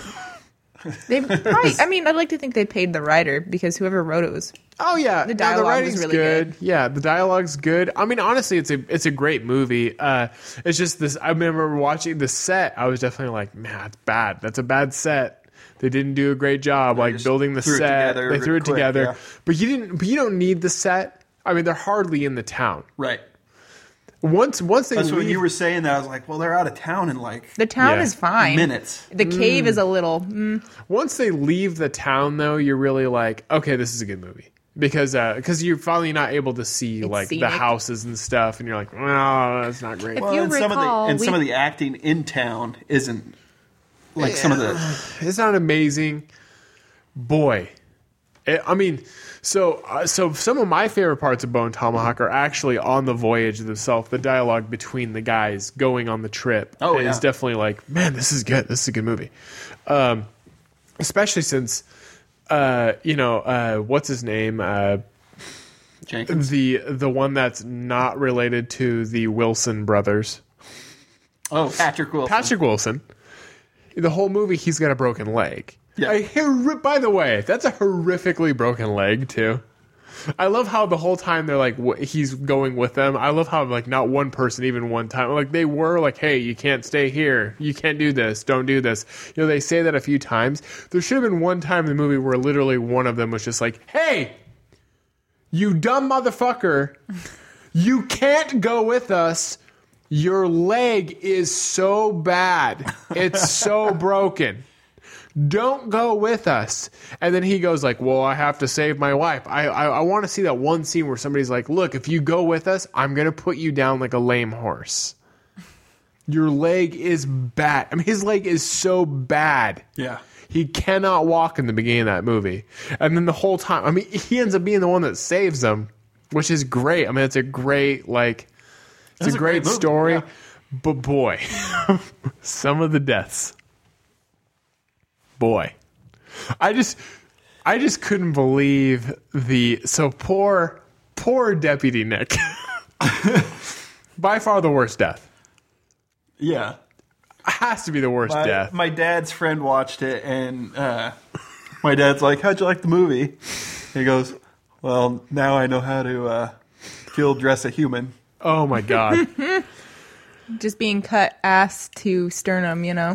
They probably. I mean, I'd like to think they paid the writer because whoever wrote it was. Oh yeah, No, dialogue was writing's really Yeah, the dialogue's good. I mean, honestly, it's a it's a great movie. Uh, it's just this. I remember watching the set. I was definitely like, man, it's bad. That's a bad set. They didn't do a great job like just building the threw it set. together they threw it quick, together. yeah. But you didn't. But you don't need the set. I mean, they're hardly in the town. Right. Once once they That's leave, when you were saying that. I was like, well, they're out of town in like The town Yeah. is fine. minutes. The cave is a little. Mm, [LAUGHS] once they leave the town though you're really like okay this is a good movie because because you're finally not able to see like the scenic. houses and stuff and you're like well that's not great you and some of recall, the and we- some of the acting in town isn't like some of the [SIGHS] it's not amazing boy It- i mean so uh, so some of my favorite parts of bone tomahawk are actually on the voyage itself the dialogue between the guys going on the trip Oh, is yeah. definitely like man this is good this is a good movie um, especially since uh, you know uh, what's his name uh, Jenkins. the the one that's not related to the Wilson brothers, Oh, Patrick Wilson. Patrick Wilson. The whole movie, he's got a broken leg. Yeah. A horri- by the way, that's a horrifically broken leg too. I love how the whole time they're like wh- he's going with them. I love how like not one person even one time like they were like hey you can't stay here you can't do this don't do this you know they say that a few times. There should have been one time in the movie where literally one of them was just like hey you dumb motherfucker you can't go with us. Your leg is so bad. It's so broken. Don't go with us. And then he goes like, "Well, I have to save my wife. I I, I want to see that one scene where somebody's like, "Look, if you go with us, I'm gonna put you down like a lame horse. Your leg is bad. I mean, his leg is so bad. Yeah. He cannot walk in the beginning of that movie. And then the whole time, I mean, he ends up being the one that saves them, which is great. I mean, it's a great, like, it's a, a great, great movie, story. yeah. But boy, [LAUGHS] some of the deaths. Boy. I just, I just couldn't believe the, so poor, poor Deputy Nick. [LAUGHS] By far the worst death. Yeah. Has to be the worst My, death. my dad's friend watched it, and uh, my dad's like, "How'd you like the movie?" He goes, "Well, now I know how to uh, kill, dress a human." oh my [LAUGHS] God. just being cut ass to sternum, you know.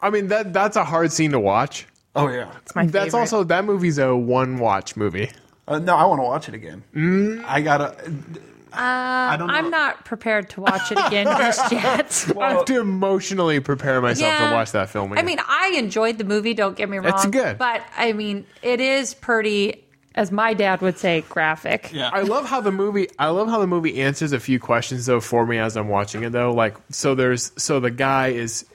I mean that that's a hard scene to watch. Oh yeah. it's my That's favorite. also that movie's a one watch movie. Mm. Uh, no, I want to watch it again. I gotta. I don't know. Uh, I'm not prepared to watch it [LAUGHS] again just yet. I have to emotionally prepare myself Yeah. to watch that film. I Again. mean, I enjoyed the movie. Don't get me wrong. It's good. but I mean, it is pretty, as my dad would say, graphic. Yeah. I love how the movie. I love how the movie answers a few questions though for me as I'm watching it though. Like so, there's so the guy is,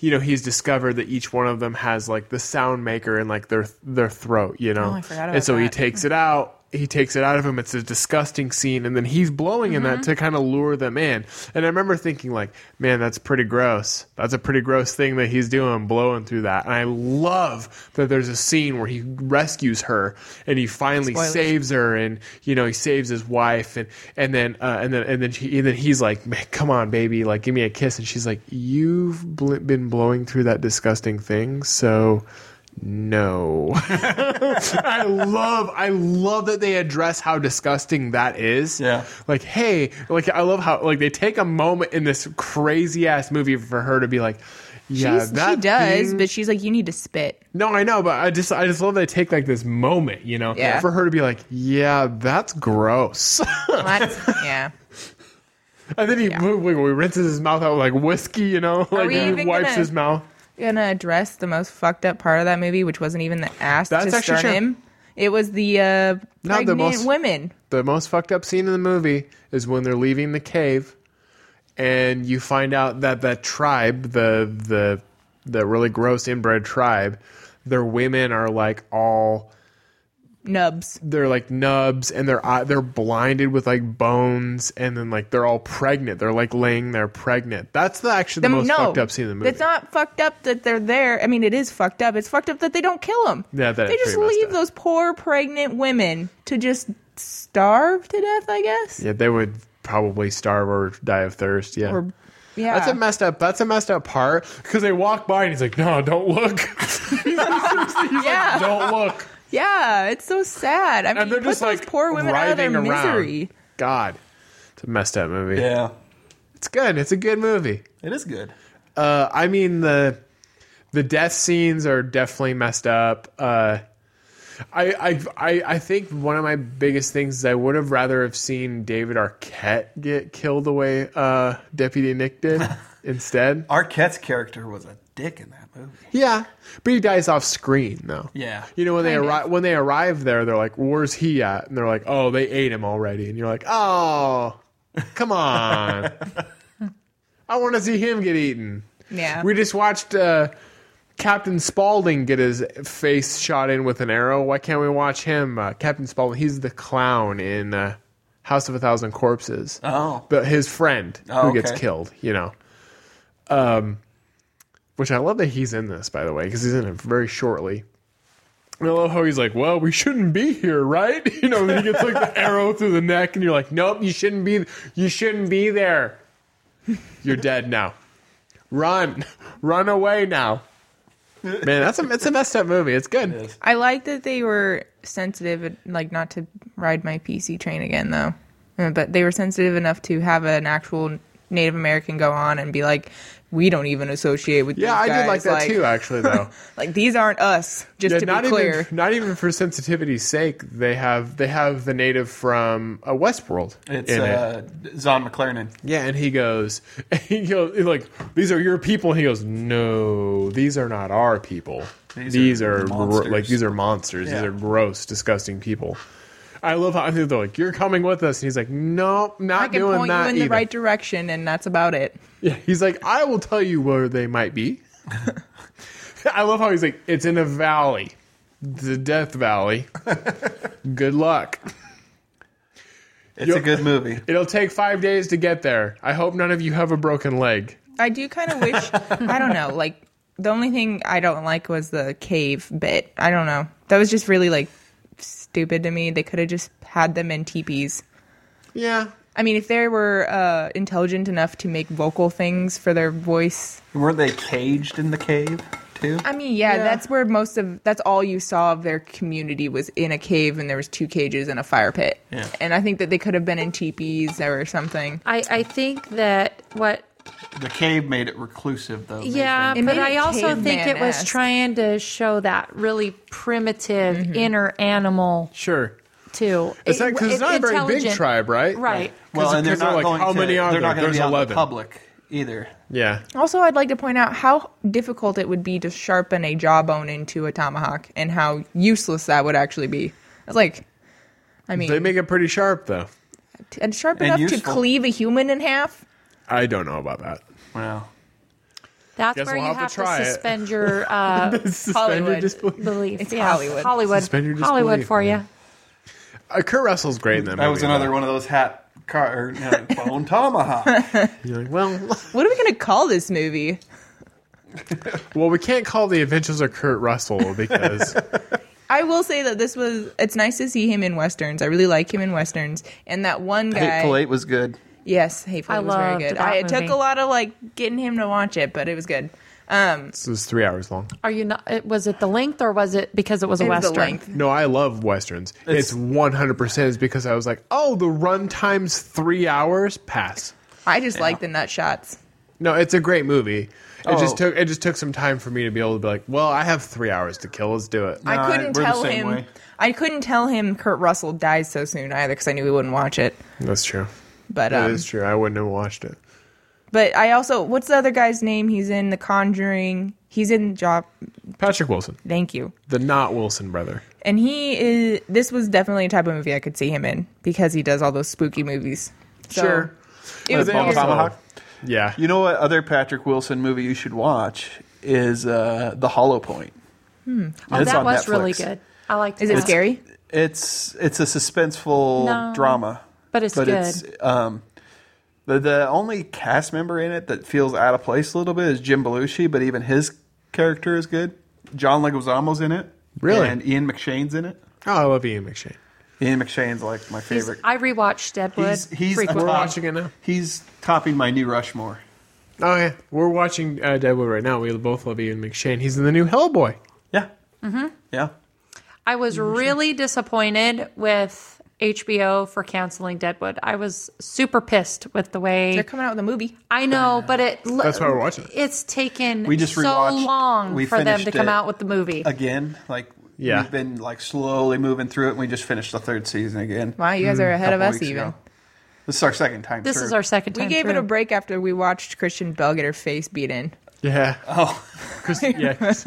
you know, he's discovered that each one of them has like the sound maker in like their their throat. You know, Oh, I forgot and about so he that. takes it out he takes it out of him. It's a disgusting scene, and then he's blowing in that to kind of lure them in. And I remember thinking, like, man, that's pretty gross. That's a pretty gross thing that he's doing, blowing through that. And I love that there's a scene where he rescues her and he finally Spoilers. saves her, and you know he saves his wife, and and then uh, and then and then she, and then he's like, man, come on, baby, like give me a kiss, and she's like, you've bl- been blowing through that disgusting thing, so. No. [LAUGHS] I love I love that they address how disgusting that is. Yeah. Like, hey, like I love how like they take a moment in this crazy ass movie for her to be like, yeah, She's, that she does, thing- but she's like, you need to [LAUGHS] spit. no, I know, but I just I just love they take like this moment, you know, Yeah. for her to be like, yeah, that's gross. [LAUGHS] That's, yeah. and then he we, we rinses his mouth out with like whiskey, you know, like we he even wipes gonna- his mouth. Gonna address the most fucked up part of that movie, which wasn't even the ass That's to actually true. sternum. It was the uh, Not the pregnant most- women. the most fucked up scene in the movie is when they're leaving the cave and you find out that that tribe the the the really gross inbred tribe their women are like all Nubs. they're like nubs and they're eye- they're blinded with like bones and then like they're all pregnant they're like laying there pregnant that's the actually the, Them- most no, fucked up scene in the movie It's not fucked up that they're there. I mean, it is fucked up. It's fucked up that they don't kill them. Yeah, that they is just pretty messed leave up. those poor pregnant women to just starve to death. I guess. yeah they would probably starve or die of thirst yeah Or yeah. That's [LAUGHS] a [LAUGHS] messed up. That's a messed up part because they walk by and he's like, "No, don't look." yeah. don't look. Yeah, it's so sad. I mean, And they're you just put those like poor women out of their writhing around. misery. God, it's a messed up movie. Yeah, It's good. It's a good movie. it is good. Uh, I mean the the death scenes are definitely messed up. Uh, I, I I I think one of my biggest things is I would have rather have seen David Arquette get killed the way uh, Deputy Nick [LAUGHS] did instead. Arquette's character was a dick in that movie. Yeah, but he dies off screen though. Yeah. You know when they arrive when they arrive there, they're like, "Where's he at?" And they're like, "Oh, they ate him already." And you're like, "Oh, come on, I want to see him get eaten." Yeah. We just watched uh, Captain Spaulding get his face shot in with an arrow. Why can't we watch him? Uh, Captain Spaulding, he's the clown in uh, House of a Thousand Corpses. Oh. But his friend Oh, who gets okay. killed, you know. Um, which I love that he's in this, by the way, because he's in it very shortly. And I love how he's like, well, we shouldn't be here, right? [LAUGHS] You know, then he gets like the arrow through the neck, and you're like, nope, you shouldn't be, you shouldn't be there. You're dead now. Run, [LAUGHS] run away now. Man, that's a it's a messed up movie. It's good. I like that they were sensitive, and, like not to ride my PC train again though, Uh, but they were sensitive enough to have an actual Native American go on and be like, "We don't even associate with Yeah, I these did like guys," that too. Actually, though, [LAUGHS] Like these aren't us. Just Yeah, to not be clear, even not even for sensitivity's sake, they have they have the native from uh, Westworld It's in it. uh, Zon McLernan. Yeah, and he goes, [LAUGHS] he goes he's like, these are your people. And he goes, no, these are not our people. These, These are, are gro- like monsters." these are monsters. These Yeah. are gross, disgusting people. I love how they're like, you're coming with us, and he's like, nope, not I can doing point you that in the either. right direction, and that's about it. Yeah, he's like, I will tell you where they might be. [LAUGHS] I love how he's like, it's in a valley, the Death [LAUGHS] Valley. Good luck. It's Yo- a good movie. It'll take five days to get there. I hope none of you have a broken leg. I do kind of wish. I don't know. Like the only thing I don't like was the cave bit. I don't know. That was just really like stupid to me. They could have just had them in teepees. Yeah, I mean, if they were uh, intelligent enough to make vocal things for their voice, Weren't they caged in the cave too? I mean, yeah, that's where most of that's all you saw of their community was in a cave, and there was two cages and a fire pit. Yeah. And I think that they could have been in teepees or something. I, I think that what The cave made it reclusive though. Yeah, It but made I it also think it was caveman-esque. trying to show that really primitive Mm-hmm. inner animal sure. too. It's It- not because it's not a very big intelligent. tribe, right? Right. Well, 'Cause- and they're 'cause they're not like, going how to, many are they're there? not going to There's be out in the 11. public either. Yeah, Also, I'd like to point out how difficult it would be to sharpen a jawbone into a tomahawk, and how useless that would actually be. It's like, I mean, they make it pretty sharp though. and sharp and enough to useful. cleave a human in half. I don't know about that. Wow. That's Guess where we'll you have to have to, try it. suspend [LAUGHS] your uh, Suspend your Hollywood. disbelief. belief. It's yeah, Hollywood. Hollywood. Suspend your Hollywood disbelief, for you. man. Uh, Kurt Russell's great in that. That was movie, another one of those hat car or, you know, bone tomahawk. [LAUGHS] though. You're like, well, [LAUGHS] What are we going to call this movie? well, we can't call the Adventures of Kurt Russell because [LAUGHS] I will say that this was. It's nice to see him in westerns. I really like him in westerns. And that one guy. Hateful Eight was good. Yes, Hateful I Eight was very loved good. that I, it took movie. a lot of like getting him to watch it, but it was good. Um, this is three hours long. Are you not? it- Was it the length or was it because it was a it was the western? length. No, I love westerns. It's one hundred percent is because I was like, oh, the run time's three hours. Pass. I just like the nut shots. No, it's a great movie. It just Oh. took it just took some time for me to be able to be like, well, I have three hours to kill. Let's do it. Nah, I couldn't we're the tell same him. way. I couldn't tell him Kurt Russell dies so soon either because I knew he wouldn't watch it. That's true. But That um, is true. I wouldn't have watched it. but I also what's the other guy's name? He's in The Conjuring. He's in Job. Patrick Wilson, Thank you. the not Wilson brother. And he is. This was definitely a type of movie I could see him in because he does all those spooky movies. So, Sure. It was Bone weird. tomahawk. Yeah. You know what other Patrick Wilson movie you should watch is uh, The Hollow Point. Oh, It's that on was Netflix. really good. I liked. Is it that. scary? It's it's a suspenseful No, drama, but it's good. um, the the only cast member in it that feels out of place a little bit is Jim Belushi, but even his character is good. John Leguizamo's in it, Really? and Ian McShane's in it. oh, I love Ian McShane. Ian McShane's like my He's- favorite. I rewatched Deadwood He's- he's- frequently. we're Watching it now. He's topping my new Rushmore. Oh yeah, we're watching uh, Deadwood right now. We both love Ian McShane. He's in the new Hellboy. Yeah. Mm-hmm. Yeah. I was really disappointed with HBO for canceling Deadwood. I was super pissed with the They're way coming out with a movie. I know, Oh, but it That's why we're watching it. It's taken We just so rewatched- long we for them to finished come it out with the movie. Again, like Yeah. we've been like slowly moving through it. and We just finished the third season again. Wow, you Mm. guys are ahead of couple us weeks even. ago. This is our second time. This through. is our second We time. gave it through. a break after we watched Christian Bell get her face beat in. [LAUGHS] Yeah. [LAUGHS] Oh, Chris, yeah. Chris-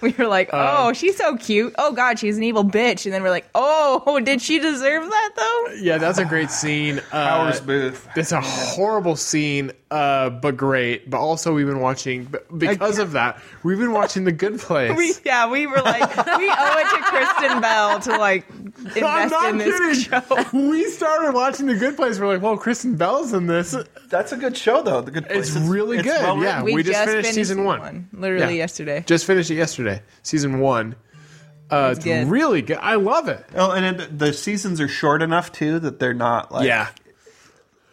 We were like, Uh, "Oh, she's so cute. Oh God, she's an evil bitch." And then we're like, "Oh, [LAUGHS] did she deserve that though?" yeah, that's a great scene. Uh, Powers Booth. It's a horrible scene, uh, but great. But also, we've been watching b- because of that. We've been watching The Good Place. We, yeah, we were like, we owe it to Kristen Bell to [LAUGHS] like I'm invest in not this kidding. [LAUGHS] show. we started watching The Good Place. We're like, well, Kristen Bell's in this. That's a good show, though. The good. Place. It's really good. well yeah, written. we, just, finished, season one. literally Yeah. yesterday. Just finished it yesterday. Season one. Uh, it's good. really good. I love it. Oh, and it, the seasons are short enough too that they're not like yeah.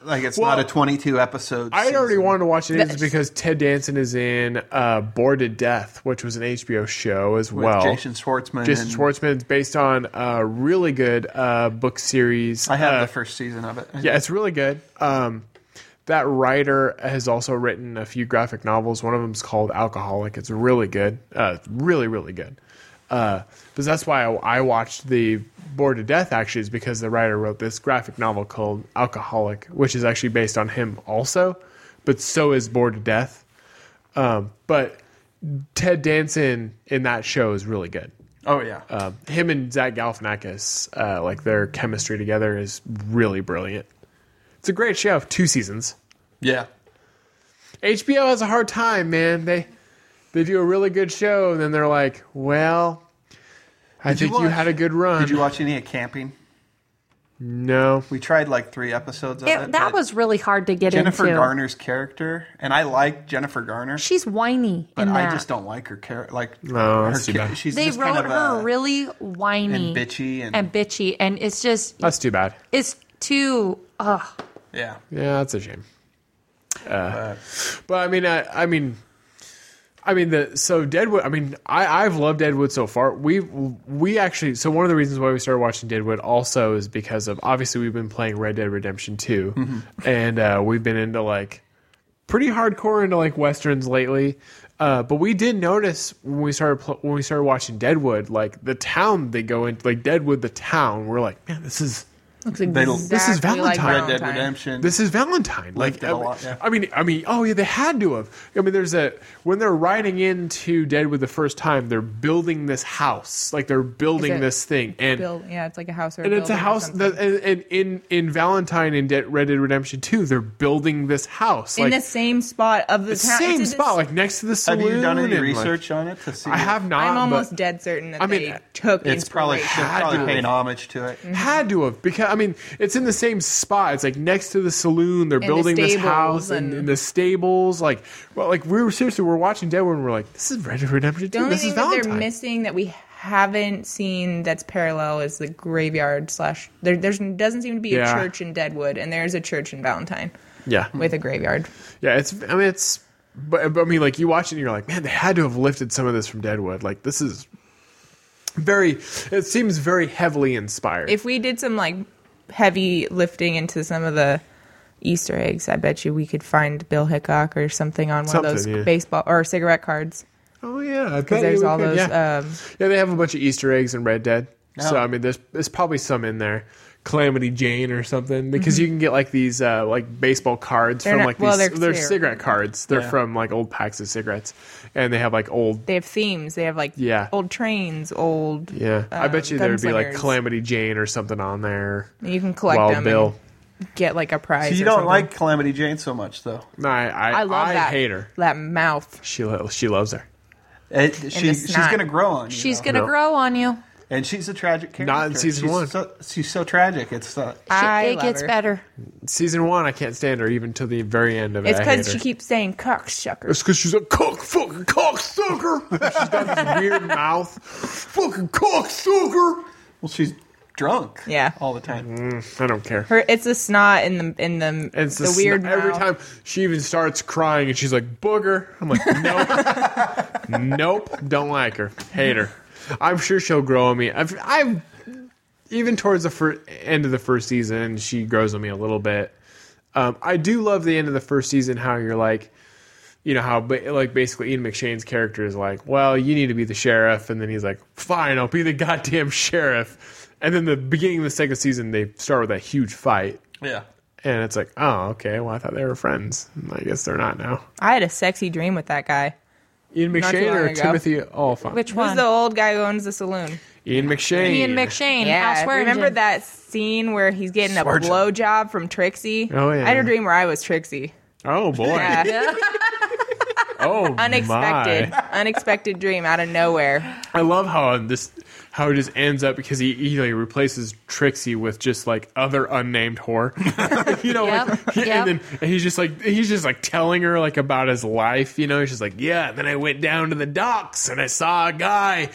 like it's Well, not a twenty-two episode. I had already season. wanted to watch it That- is because Ted Danson is in uh, Bored to Death, which was an HBO show as with well. Jason Schwartzman. Jason and- Schwartzman is based on a really good uh, book series. I have Uh, the first season of it. [LAUGHS] yeah, it's really good. Um, that writer has also written a few graphic novels. One of them is called Alcoholic. It's really good. Uh, it's really, really good. Uh, but that's why I, I watched the Bored to Death actually is because the writer wrote this graphic novel called Alcoholic, which is actually based on him also. But so is Bored to Death. Um, but Ted Danson in that show is really good Oh yeah. um, him and Zach Galifianakis, uh, like their chemistry together is really brilliant. It's a great show. Two seasons. yeah. HBO has a hard time, man. They they do a really good show, and then they're like, "Well, I you think you watch- had a good run." Did you watch any of Camping? Um, no, We tried like three episodes of it. It- that but was really hard to get Jennifer into. Garner's character, and I like Jennifer Garner, She's whiny but in I that. just don't like her character. Like No, her that's too cha- bad. she's they just wrote kind of her a- really whiny and bitchy and- and bitchy, and it's just that's too bad. it's too. Ugh. yeah. Yeah, that's a shame. Uh, but I mean, I, I mean, I mean the so Deadwood. I mean, I I've loved Deadwood so far. We we actually so one of the reasons why we started watching Deadwood also is because of obviously we've been playing Red Dead Redemption 2 and uh, we've been into like pretty hardcore into like westerns lately. Uh, but we did notice when we started pl- when we started watching Deadwood, like the town they go into, like Deadwood, the town. We're like, man, this is Looks They- exactly This is like Valentine. Red Valentine. Dead Redemption. This is Valentine. Like, Lived it I a mean, lot, yeah. I mean, I mean, oh yeah, they had to have. I mean, there's a when they're riding into Deadwood the first time, they're building this house, like they're building it this thing, and Build, yeah, it's like a house or and it's a building or house something. that and, and in in Valentine and De- Red Dead Redemption 2, they're building this house, in like the same spot of the the town. same It's a- spot, like next to the Have saloon. you done any and, like, research on it to see? I have not. I'm but- almost dead certain that I mean, they took. It's probably inspiration. they're Had to. Mm-hmm. probably paying homage to it. had to have because I mean it's in the same spot. It's like next to the saloon. They're building this stables house and, and- and the stables. Like, well, like we were seriously we we're watching Deadwood and we're like, this is Red Dead Redemption The Two. only This thing is that they're Valentine. missing that we haven't seen that's parallel is the graveyard slash. There there's, doesn't seem to be Yeah. a church in Deadwood, and there's a church in Valentine yeah, with a graveyard. yeah. It's I mean it's but, but I mean like you watch it and you're like, man, they had to have lifted some of this from Deadwood. Like this is very. It seems very heavily inspired. If we did some like heavy lifting into some of the Easter eggs, I bet you we could find Bill Hickok or something on one of those Something, yeah. baseball or cigarette cards oh yeah, I bet because there's you all those. could, yeah. Um, Oh. Yeah, they have a bunch of Easter eggs in Red Dead. So I mean, there's there's probably some in there, Calamity Jane or something, because you can get like these uh, like baseball Mm-hmm. cards They're from not- like these. well, they're, they're clear. cigarette cards. They're from like old packs of cigarettes, and they have like old. they have themes. They have like Yeah. old trains, old. Yeah, I bet you there would be like Uh, gunslingers. Calamity Jane or something on there. You can collect Wild them Bill. and get like a prize. So you or don't something. like Calamity Jane so much, though. No, I I, I love that. hate her. That mouth. She lo- she loves her. It, she, she's snot. going to grow on you. She's though. going to No. grow on you. and she's a tragic character. Not in season she's one. So, she's so tragic. It's uh, She, I it love gets her. better. Season one, I can't stand her even to the very end of it. It's I hate because her. she keeps saying cocksucker. It's because she's a cock fucking cocksucker. she's got this weird mouth. Fucking cocksucker. well, she's drunk. Yeah. all the time. Mm, I don't care. Her, it's a snot in the in the And it's the weird every mouth. time she even starts crying and she's like booger. I'm like nope, nope, don't like her, hate her. I'm sure she'll grow on me. I've, I've even towards the fir- end of the first season, she grows on me a little bit. Um, I do love the end of the first season how you're like, you know how ba- like basically Ian McShane's character is like, well, you need to be the sheriff, and then he's like, fine, I'll be the goddamn sheriff. And then the beginning of the second season, they start with that huge fight. Yeah, And it's like, oh, okay. Well, I thought they were friends. I guess they're not now. I had a sexy dream with that guy. Ian Not too McShane long or ago. Timothy Oliphant? Which Who's one? the old guy who owns the saloon? Ian McShane. Ian McShane. Yeah, I'll swear remember engine. that scene where he's getting a Sergeant. blowjob from Trixie? Oh, yeah. I had a dream where I was Trixie. Oh boy. Yeah. [LAUGHS] Oh, [LAUGHS] unexpected, My. unexpected dream out of nowhere. I love how this how it just ends up because he, he like replaces Trixie with just like other unnamed whore. you know, like, Yep, he- [LAUGHS] yep. and then and he's just like he's just like telling her like about his life. You know, he's just like, yeah. And then I went down to the docks and I saw a guy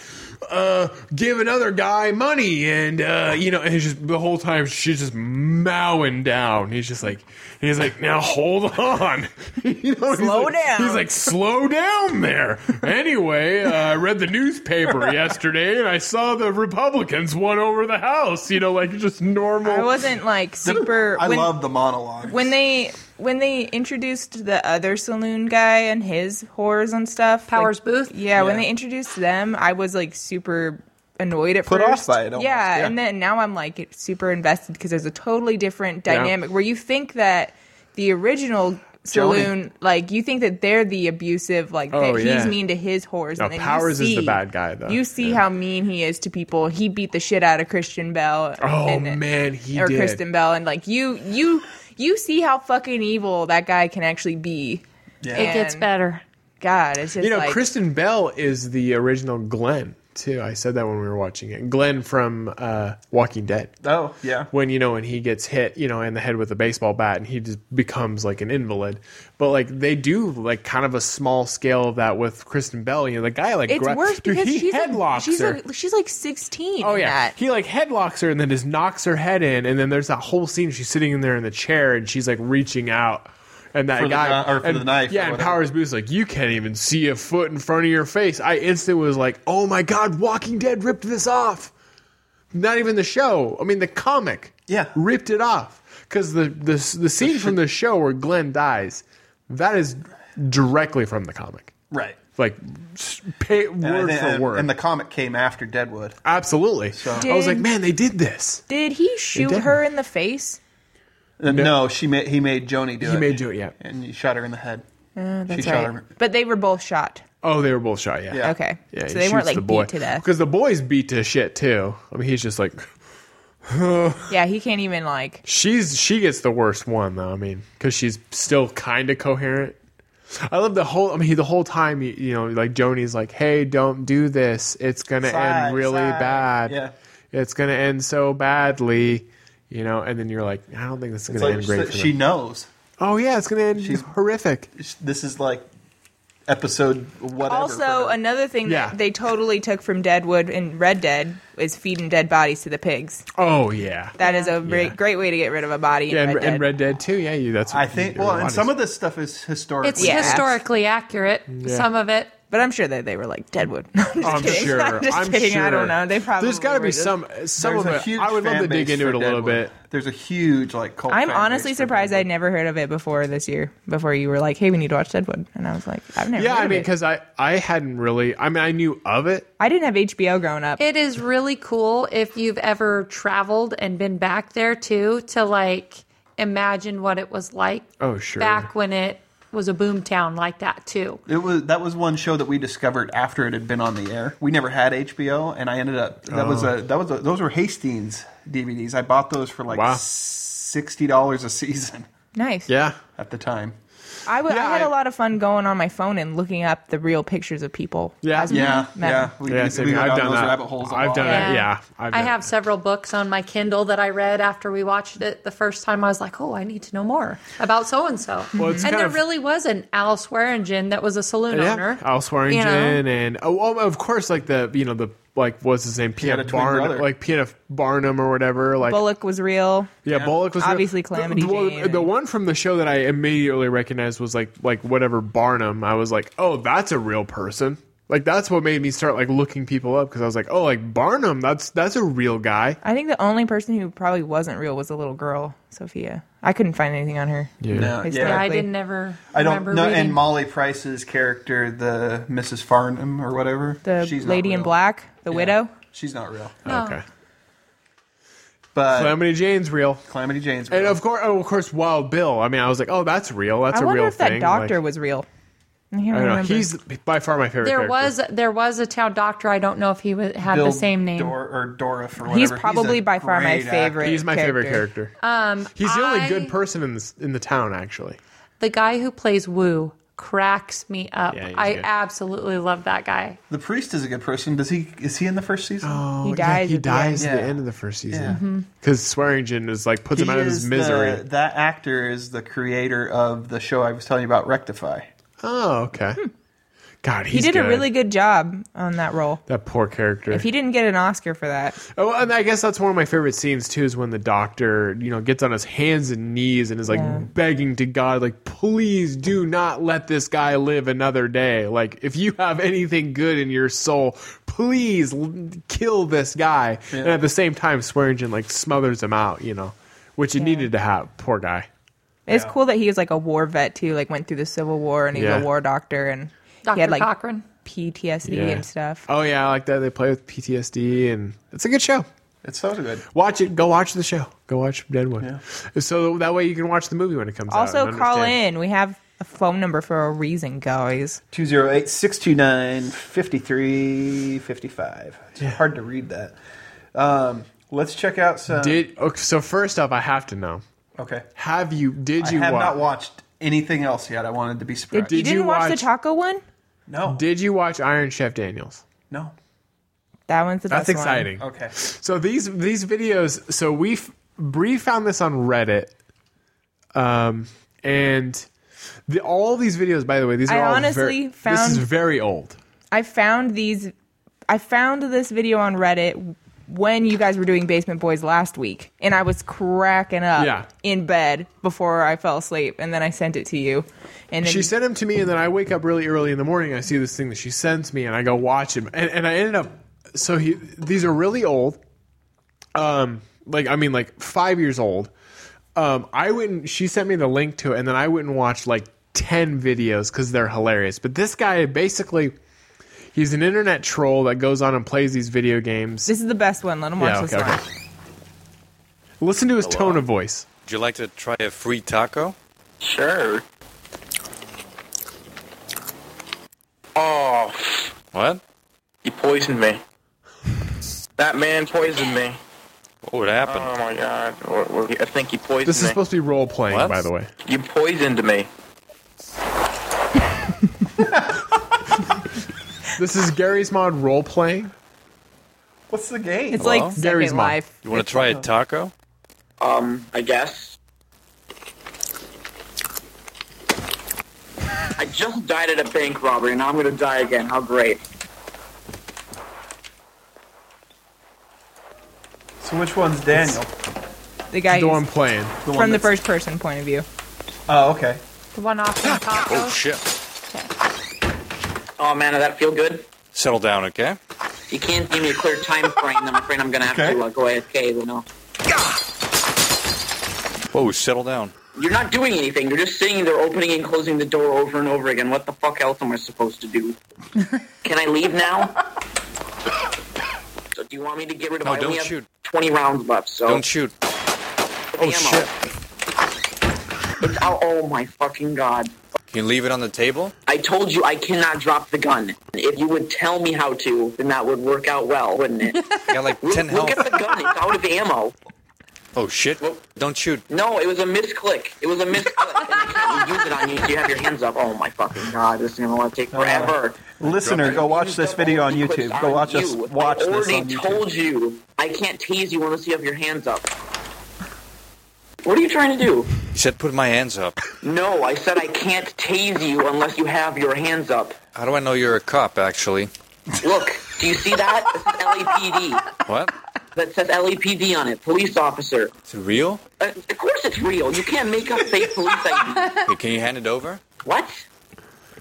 uh, give another guy money, and uh, you know, and he's just the whole time she's just mowing down. He's just like, he's like, now hold on, [LAUGHS] you know, he's Slow like- down. He's like, slow down there. anyway, uh, I read [LAUGHS] the newspaper yesterday, and I saw the Republicans won over the House. You know, like just normal. I wasn't like super. I when- love the monologue. when they when they introduced the other saloon guy and his horrors and stuff. Powers like- Booth? Yeah, when Yeah. they introduced them, I was like super annoyed at Put first. off by it almost, yeah, yeah. and then now I'm like it's super invested because there's a totally different dynamic where you think that the original saloon, like you think that they're the abusive, like Oh, that yeah. he's mean to his horrors. No, and then you Powers is the see- bad guy, though. You see Yeah. how mean he is to people. He beat the shit out of Christian Bell. Oh and- man, he or did. Kristen Bell, and like you, you, you see how fucking evil that guy can actually be. yeah. It gets and- better. God, it's just You know, like Kristen Bell is the original Glenn too. I said that when we were watching it. Glenn from uh, Walking Dead. oh yeah, When you know when he gets hit, you know, in the head with a baseball bat, and he just becomes like an invalid. But like they do like kind of a small scale of that with Kristen Bell. You know, the guy like it's gra- worse dude, because he she's headlocks like, she's her. like she's like sixteen. Oh in yeah, that. he like headlocks her and then just knocks her head in, and then there's that whole scene. She's sitting in there in the chair and she's like reaching out, and that For the guy kni- or for and- the knife or Yeah, and whatever. Powers Booth's like, you can't even see a foot in front of your face. I instantly was like, oh my god, Walking Dead ripped this off. Not even the show. I mean, the comic. Yeah. ripped it off because the the the scene from the show where Glenn dies, that is directly from the comic. right. like s- pay, And I word think- for and- word. And the comic came after Deadwood. Absolutely. I was like, Did- man, they did this. Did he shoot didn't. her in the face? No, she made he made Joni do it. He made Joe, yeah. and he shot her in the head. she Uh, That's shot right. her. But they were both shot. Oh, they were both shot. Yeah. Yeah. Okay. so Yeah, he they weren't shoots like the boy. beat to death. Because the boy's beat to shit too. I mean, he's just like [SIGHS] Yeah, he can't even like. she's she gets the worst one though. I mean, because she's still kind of coherent. I love the whole. I mean, the whole time you, you know, like Joni's like, "Hey, don't do this. It's gonna Sigh, end really sigh. bad. Yeah. It's gonna end so badly." You know, and then you're like, "I don't think this is It's gonna like end great she, for she them." knows. Oh yeah, it's gonna end horrific. This is like episode whatever. Also, for her. another thing Yeah. that they totally took from Deadwood and Red Dead is feeding dead bodies to the pigs. Oh yeah, That is a great, Yeah. great way to get rid of a body in yeah, Red and Red, Dead. and Red Dead too. Yeah, you. That's I think. Well, and some of this stuff is historical. It's Yeah. historically accurate. Some of it. But I'm sure that they were like Deadwood. [LAUGHS] No, I'm just I'm kidding. sure. I'm just I'm kidding. I sure. don't know. They probably. There's got to were be just- some some There's of a it. huge I would love fan to dig base into it for a little Deadwood. bit. There's a huge like cult. I'm fan base honestly for surprised I'd Deadwood. never heard of it before this year. Before you were like, "Hey, we need to watch Deadwood," and I was like, "I've never." Yeah, heard I of mean, it. because I I hadn't really. I mean, I knew of it. I didn't have HBO growing up. It is really cool if you've ever traveled and been back there too to like imagine what it was like Oh sure. back when it was a boom town like that too. It was that was one show that we discovered after it had been on the air. We never had HBO, and I ended up that was Oh. a that was a, those were Hastings DVDs. I bought those for like Wow. sixty dollars a season nice. Yeah. at the time. I w- I Yeah, had I- a lot of fun going on my phone and looking up the real pictures of people. Yeah. as we Yeah, met. yeah, we, Yeah, we same go here. I've down done those that. rabbit holes. a I've lot. done that. Yeah, I've I been- have several books on my Kindle that I read after we watched it the first time. I was like, oh, I need to know more about so and so. And it's there kind of- really was an Al Swearingen that was a saloon owner. Yeah. Al you know? Swearingen and oh, oh, of course, like the you know the like what's his name had a P.F. twin brother. Barnum like P.F. Barnum or whatever like Bullock was real. yeah, Bullock was Obviously the- Calamity the, well, Jane. the one from the show that I immediately recognized was like like whatever Barnum. I was like, oh, that's a real person. Like that's what made me start like looking people up because I was like, oh, like Barnum, that's that's a real guy. I think the only person who probably wasn't real was a little girl, Sophia. I couldn't find anything on her. Yeah. No, Historically. Yeah, yeah. I didn't ever I don't remember know. reading. And Molly Price's character, the Mrs. Farnham or whatever, The she's not lady in real. black, the Yeah. widow. She's not real, No. Oh, Okay, but Calamity Jane's real. Calamity Jane's. And real. of course, oh, of course, Wild Bill. I mean, I was like, oh, that's real. That's I a wonder real if that thing. doctor Like, was real. I can't I don't know. remember. He's by far my favorite. There character. was there was a town doctor. I don't know if he wa had Bill the same name. Dor- or Dora for whatever. He's a probably by far my great actor. favorite. He's my favorite character. Um, he's the only I- good person in this in the town, actually. The guy who plays Wu cracks me up. Yeah, he's I good. absolutely love that guy. The priest is a good person. Does he? Is he in the first season? He dies. Oh, he at the Mm-hmm. dies end. at the Yeah. end of the first Yeah. season because Swearingen is like puts him He out of his is misery. The, that actor is the creator of the show I was telling you about, Rectify. Oh, okay. Hmm. God, He he's did good. a really good job on that role. that poor character. If he didn't get an Oscar for that, Oh, and I guess that's one of my favorite scenes too is when the doctor, you know, gets on his hands and knees and is like Yeah. begging to God, like, please do not let this guy live another day. Like, if you have anything good in your soul, please l- kill this guy. And at the same time, Swearingen like smothers him out, you know, which he needed to have. Poor guy. it's cool that he was like a war vet too. Like went through the Civil War and he was Yeah. a war doctor and he Doctor had like Cochran. PTSD Yeah. and stuff. Oh yeah, I like that. They play with PTSD, and it's a good show. It's so good. Watch it. Go watch the show. Go watch Deadwood. So that way you can watch the movie when it comes out. also, and call understand. in. We have a phone number for a reason, guys. 208 629 5355. It's hard to read that. Um, let's check out some. Did okay, so first off, I have to know: okay. Have you? Did I you have watch? not watched anything else yet. I wanted to be surprised. you Did didn't you watch, the watch- Taco one? no. Did you watch Iron Chef Daniels? no. That one's the That's best one. exciting. Okay. So these these videos. So we f- Bree found this on Reddit, um, and the, all these videos. By the way, these are I all honestly ver- found- this is very old. I found these. I found this video on Reddit when you guys were doing Basement Boys last week, and I was cracking up Yeah. in bed before I fell asleep, and then I sent it to you. And then She sent him to me, and then I wake up really early in the morning. I see this thing that she sends me, and I go watch him. And, and I ended up so he these are really old, um, like I mean like five years old. Um, I went. And, she sent me the link to it, and then I went and watched like ten videos because they're hilarious. But this guy basically, he's an internet troll that goes on and plays these video games. This is the best one. Let him watch Yeah, this okay, one. okay. Listen to his tone of voice. Would you like to try a free taco? Sure. Oh, What? you poisoned me. That man poisoned me. What would happen? Oh my god. Or- or- I think he poisoned This is me. supposed to be role playing, What? by the way. you poisoned me. This is Gary's mod role playing. What's the game? It's Hello? like Second Gary's mom. Life. you want to try a taco? Um, I guess. I just died at a bank robbery. Now I'm gonna die again. How great. so which one's Daniel? The guy The one who's playing. The one from the that's- first person point of view. Oh, okay. The one [GASPS] off from tacos. Oh shit! Oh man, did that feel good? Settle down, okay? You can't give me a clear time frame. I'm afraid I'm gonna have Okay. to uh, go AFK. You know, Whoa, settle down. you're not doing anything. You're just sitting there, opening and closing the door over and over again. What the fuck else am I supposed to do? Can I leave now? so do you want me to get rid of? No, I only don't have shoot. 20 rounds left. So Don't shoot. Oh ammo. shit! It's out. Oh my fucking god. Can you leave it on the table? I told you I cannot drop the gun. If you would tell me how to, then that would work out well, wouldn't [LAUGHS] it? I got like ten Look health. at the gun. It's out of ammo. Oh shit! Don't shoot. No, it was a misclick. It was a misclick. And I can't even use it on you. You have your hands up. Oh my fucking god, this is gonna want to take forever. Listener, go watch You've this done video all on the clips YouTube. Uh, Go on watch you. us watch I this already on YouTube. told you I can't tease you unless you have your hands up. What are you trying to do? He said, "Put my hands up." No, I said I can't tase you unless you have your hands up. How do I know you're a cop? Actually, Look, do you see that? This is LAPD. what? that says LAPD on it, police officer. Is it real? Uh, of course it's real. You can't make up fake police ID. Hey, can you hand it over? What?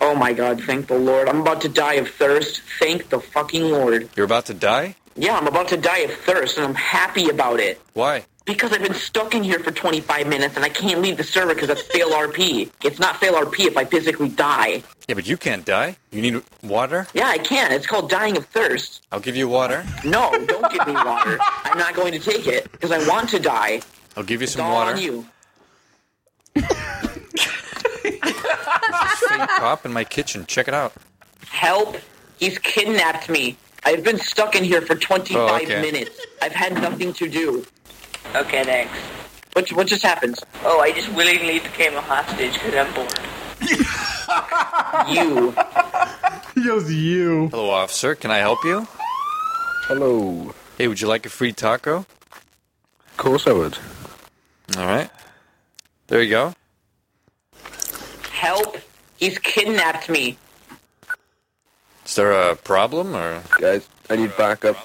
Oh my god, thank the Lord. I'm about to die of thirst. Thank the fucking Lord. You're about to die. Yeah, I'm about to die of thirst, and I'm happy about it. Why? Because I've been stuck in here for 25 minutes, and I can't leave the server because that's fail RP. It's not fail RP if I physically die. Yeah, but you can't die. You need water. Yeah, I can. It's called dying of thirst. I'll give you water. No, don't give me water. I'm not going to take it because I want to die. I'll give [LAUGHS] you It's some all water. on you. Fake cop in my kitchen. Check it out. Help! He's kidnapped me. I've been stuck in here for 25 Oh, okay. minutes. I've had nothing to do. Okay, thanks. What, what just happened? Oh, I just willingly became a hostage because I'm bored. [LAUGHS] you. He goes, "You." Hello, officer. Can I help you? Hello. Hey, would you like a free taco? Of course I would. All right. There you go. Help! He's kidnapped me. Is there a problem or? Guys, I need backup.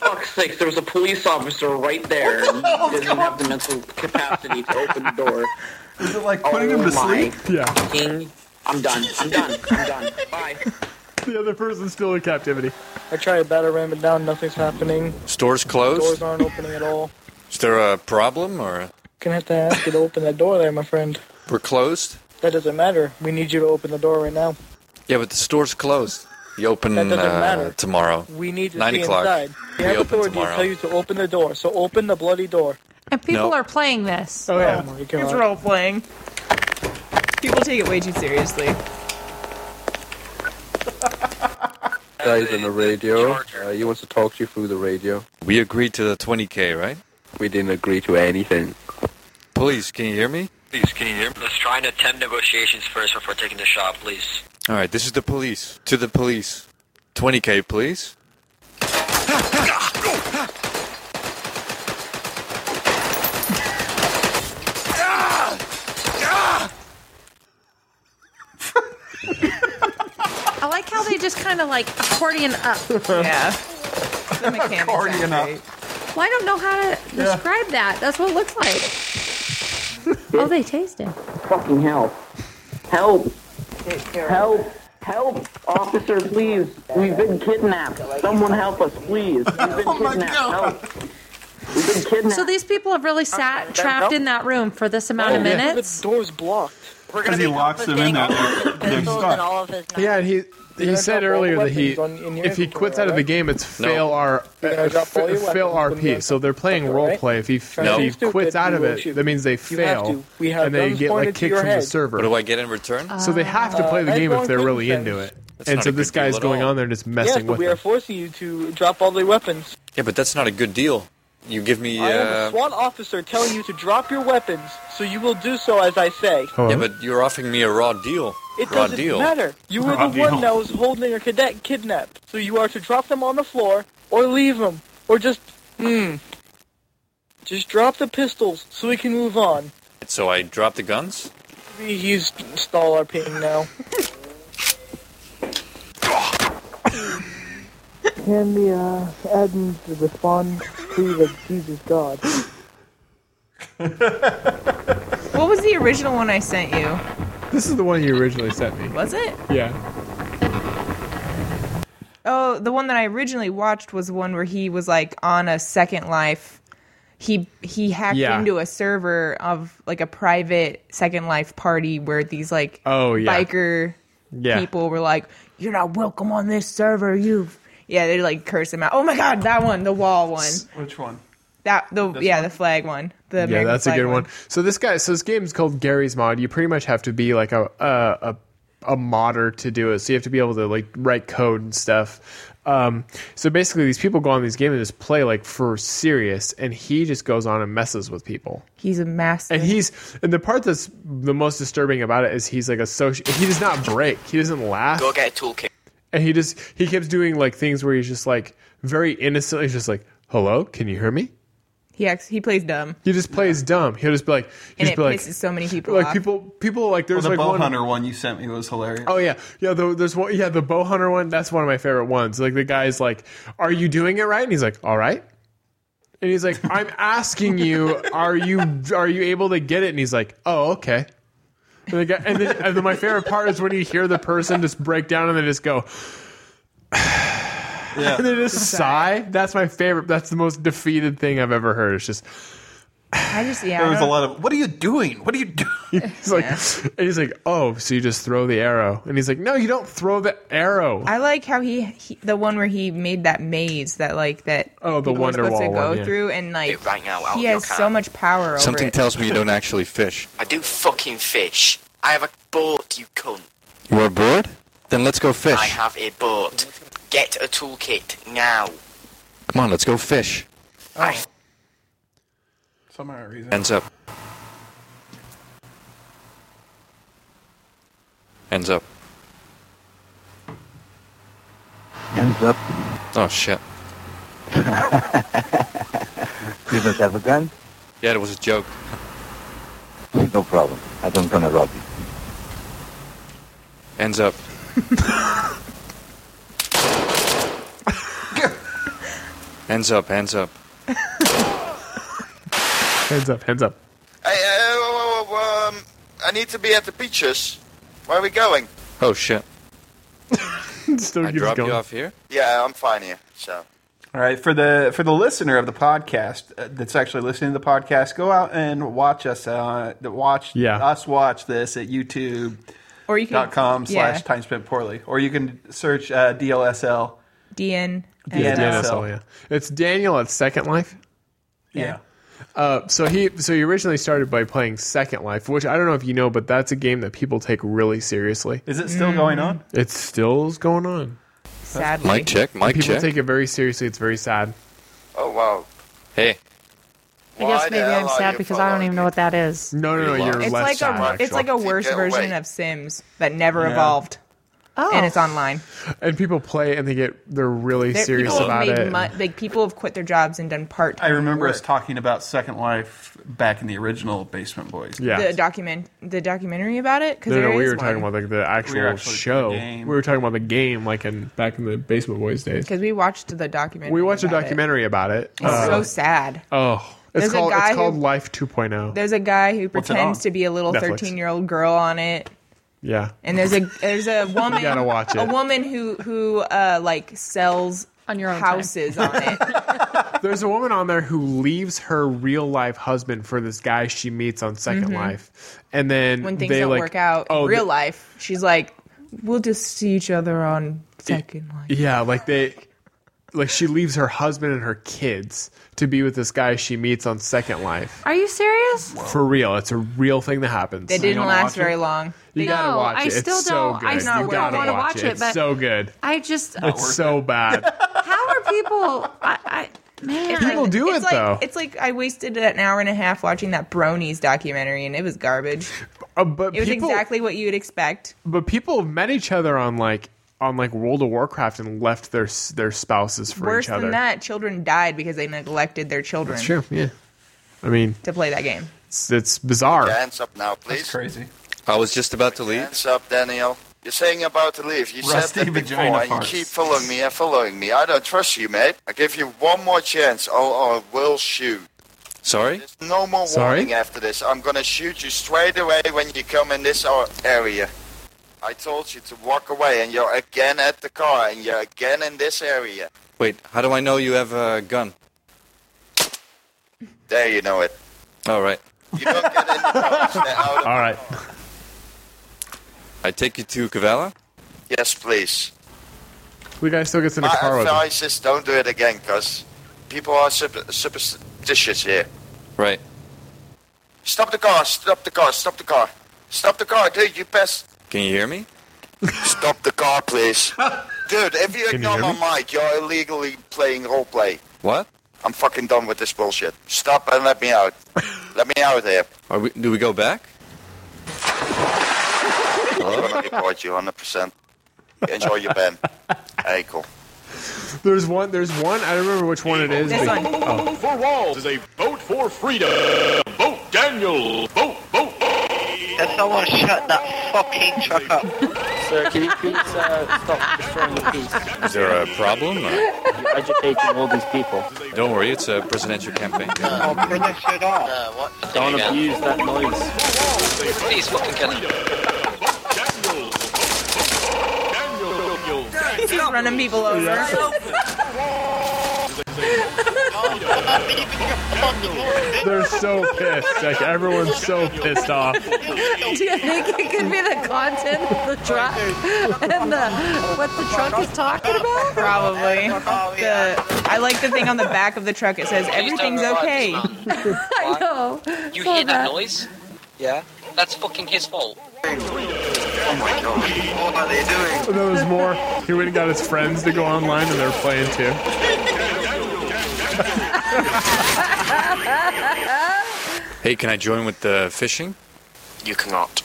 Fuck's [LAUGHS] sakes, there was a police officer right there. and He doesn't have the mental capacity to open the door. [LAUGHS] Is it like putting Oh him to my sleep? Yeah. king. I'm done. I'm done. I'm done. Bye. The other person's still in captivity. I try to batter ram it down, nothing's happening. Store's Doors closed. aren't opening at all. Is there a problem or Gonna have to ask you to open that door there, my friend. we're closed? That doesn't matter. We need you to open the door right now. Yeah, but the store's closed. You open That doesn't uh, matter. tomorrow. We need to Nine see o'clock. inside. We We have open authority to tomorrow. tell you to open the door, so open the bloody door. And people No. are playing this. Oh yeah. Oh my It's god. role playing. People take it way too seriously. [LAUGHS] Guys on the radio. Uh, he wants to talk to you through the radio. We agreed to the 20k, right? We didn't agree to anything. Please, can you hear me? Please, can you hear me? Let's try and attend negotiations first before taking the shot, please. All right, this is the police. To the police. 20k, please. [LAUGHS] I like how they just kind of like accordion up. Yeah. The mechanics aren't Accordion up. great. Well, I don't know how to describe that. That's what it looks [LAUGHS] like. oh, they taste it. Fucking help. Help. Help. Help. Officer, [LAUGHS] Oh please. We've been kidnapped. Someone help us, please. We've been kidnapped. Help. We've been kidnapped. So these people have really sat trapped in that room for this amount of Oh, yeah. minutes. The door's blocked. Because he locks them in that they're stuck. Yeah, and he he gonna said drop all earlier the that he weapons on- in your if he inventory, quits out of the right? game, it's No. fail R You're gonna uh, drop all your f- fail weapons in RP. the- So they're playing Okay, role right? play. If he f- No. if he Stupid, quits out you of will it, shoot. that means they You have fail, to. We have and they guns get like pointed to kicked your from the head. server. What do I get in return? so they have to play the Uh, game if headphone they're really things. into it. That's And not so a good this guy's deal at going all. on there and just Yes, messing but with we are them. forcing you to drop all the weapons. Yeah, but that's not a good deal. You give me. I am Uh, a SWAT officer telling you to drop your weapons, so you will do so as I say. Hello? yeah, but you're offering me a raw deal. It raw doesn't deal. matter. You were Raw the one deal. that was holding a cadet kidnapped, so you are to drop them on the floor or leave them or just hmm. Just drop the pistols so we can move on. So I drop the guns. Maybe He's stall RPing now. Can the uh, admins respond? Please, like, Jesus God. What was the original one I sent you? This is the one you originally sent me. Was it? Yeah, Oh, the one that I originally watched was one where he was like on a Second Life. He he hacked Yeah. into a server of like a private Second Life party where these like Oh, yeah. biker yeah. people were like, "You're not welcome on this server." You yeah, they like curse him out. Oh my god, that one, the wall one, Which one? that the yeah the flag one, the yeah, American that's a flag good one. So this guy, so this game's called Gary's Mod. You pretty much have to be like a a a, a modder to do it. So you have to be able to like write code and stuff. Um, so basically, these people go on these games and just play like for serious, and he just goes on and messes with people. He's a master. And he's and the part that's the most disturbing about it is he's like a social. He does not break. He doesn't laugh Go get a toolkit. and he just he keeps doing like things where he's just like very innocently he's just like hello can you hear me he acts he plays dumb, he just plays dumb he'll just be like he'll and just it be like pisses so many people like off. people people like there's The like bow one hunter one you sent me was hilarious. Oh yeah, yeah. The, there's one. Yeah, the bow hunter one. That's one of my favorite ones. Like the guy's like, "Are you doing it right?" And he's like, "All right." And he's like, [LAUGHS] "I'm asking you, are you are you able to get it?" And he's like, "Oh, okay." And, the guy, and, then, and then my favorite part is when you hear the person just break down and they just go, [SIGHS] Yeah. and they just sigh. That's my favorite. That's the most defeated thing I've ever heard. It's just I just yeah. I There was a don't- lot of, what are you doing? What are you doing? [LAUGHS] he's like, and he's like, "Oh, so you just throw the arrow?" And he's like, "No, you don't throw the arrow." I like how he, he the one where he made that maze that like that Oh, the people were supposed to Wonderwall go one, yeah. through and like Hey, right now, I'll- he I'll has come. so much power over Something it. tells me [LAUGHS] you don't actually fish. I do fucking fish. I have a boat, you cunt. You are bored? Then let's go fish. I have a boat. Get a toolkit now. Come on, let's go fish. I Some odd [LAUGHS] reason. Ends up. Ends up. Ends up, Oh shit. you don't have a [LAUGHS] gun? Yeah, it was a joke. No problem. I don't gonna rob you. Ends up. Ends up, hands up. uh, Hands up, hands up. Hey, uh, whoa, whoa, whoa, um, I need to be at the beaches. Where are we going? Oh shit. Still I keeps dropped going. you off here? Yeah, I'm fine here. So, All right, for the for the listener of the podcast uh, that's actually listening to the podcast, go out and watch us. Uh, watch Yeah. us watch this at YouTube.com Or you can yeah, slash time spent poorly, or you can search uh, DLSL. DN. Yeah, Yeah, no. that's all, yeah. It's Daniel at Second Life. Yeah, Uh, so he so he originally started by playing Second Life, which I don't know if you know, but that's a game that people take really seriously. Mm. is it still going on? It still is going on. sadly. Mike check, Mike people check. take it very seriously. It's very sad. oh wow. hey. I guess Why the maybe hell I'm are sad you because I don't following even know me? what that is. No, no, no. Really You're It's less like a sad, it's like a worse Get away. version of Sims that never Yeah. evolved, Oh, and it's online. and people play and they get they're really There- serious people about have made it. mu- like people have quit their jobs and done part. I remember us talking about Second Life back in the original Basement Boys. yeah. [LAUGHS] the document the documentary about it because no, no, there we is were talking about like the actual actually show. the game. we were talking about the game, like in back in the Basement Boys days. because we watched the documentary. We watched a about it. documentary about it. It's Uh, so sad. oh, it's There's a called guy it's who- called Life 2.0. There's a guy who What's it pretends on? to be a little Netflix. thirteen year old girl on it. Yeah. and there's a there's a woman You gotta watch a it. woman who who uh like sells on your own houses on it. [LAUGHS] There's a woman on there who leaves her real life husband for this guy she meets on 2nd Mhm. Life, and then When things they, don't like, work out oh, in real the- life, she's like, "We'll just see each other on second life." Yeah, like they, like she leaves her husband and her kids to be with this guy she meets on Second Life. Are you serious? For real, it's a real thing that happens. They didn't last very long. You gotta No, watch I it. It's still so don't- good. I You still don't gotta wanna watch watch it. it, It's but- so good. I just [LAUGHS] It's so bad. how are people? I, I man, People do it's it, like, though. It's like I wasted an hour and a half watching that Bronies documentary, and it was garbage. Uh, but it was people- exactly what you would expect. But people have met each other on like on like World of Warcraft and left their s- their spouses for Worse each other. than that, children died because they neglected their children That's true. Yeah. I mean, to play that game. [LAUGHS] it's, it's bizarre. Hands up now, please. crazy. I was just about to leave. Hands up, Daniel. You're saying about to leave. You Rusty said that before, vagina and you farts. keep following me and following me. I don't trust you, mate. I give you one more chance, or I will shoot. Sorry? No more Sorry? warning after this. I'm gonna shoot you straight away when you come in this ar- area. I told you to walk away, and you're again at the car, and you're again in this area. Wait, how do I know you have a gun? There you know it. All right. All right. I take you to Cavalla? Yes, please. We guys still gets in a My car with them. advice is don't do it again, cause people are super- superstitious here. Right. Stop the car! Stop the car! Stop the car! Stop the car, dude! You [LAUGHS] passed. Can you hear me? Stop the car, [LAUGHS] please. Dude, if you Can you ignore hear my me? mic, you're illegally playing roleplay. What? I'm fucking done with this bullshit. Stop and let me out. let me out here. Are we, do we go back? I'm gonna report you 100%. Enjoy your ban. Hey, cool. There's one. There's one. I don't remember which one it is. This but- one. oh. For Walls is a vote for freedom. Vote Daniel. Vote, vote. Can someone shut that fucking truck up? Sir, can you please uh, stop destroying the peace? Is there a problem? or- You're agitating all these people. Don't worry, it's a presidential campaign. Uh, Don't abuse that noise. Please, fucking kill him. He's just running people over. They're so pissed. Like everyone's so pissed off. Do you think it could be the content of the truck [LAUGHS] and the, what the truck is talking about? Probably. The, I like the thing on the back of the truck. It says everything's okay. [LAUGHS] [LAUGHS] I know. You Saw hear that that. noise? Yeah. That's fucking his fault. And there was more. He went and got his friends to go online, and they're playing too. Hey, can I join with the fishing? You cannot.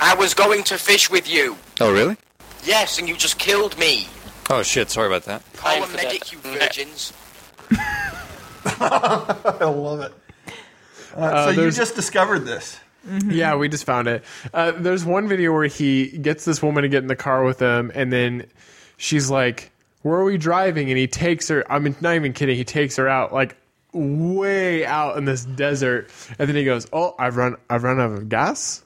I was going to fish with you. Oh, really? Yes, and you just killed me. Oh, shit. Sorry about that. Call a medic, you virgins. I love it. Uh, Uh, so you there's- just [LAUGHS] discovered this. Yeah, we just found it. Uh, there's one video where he gets this woman to get in the car with him, and then she's like, "Where are we driving?" And he takes her. I'm not even kidding. He takes her out like way out in this desert, and then he goes, "Oh, I've run, I've run out of gas."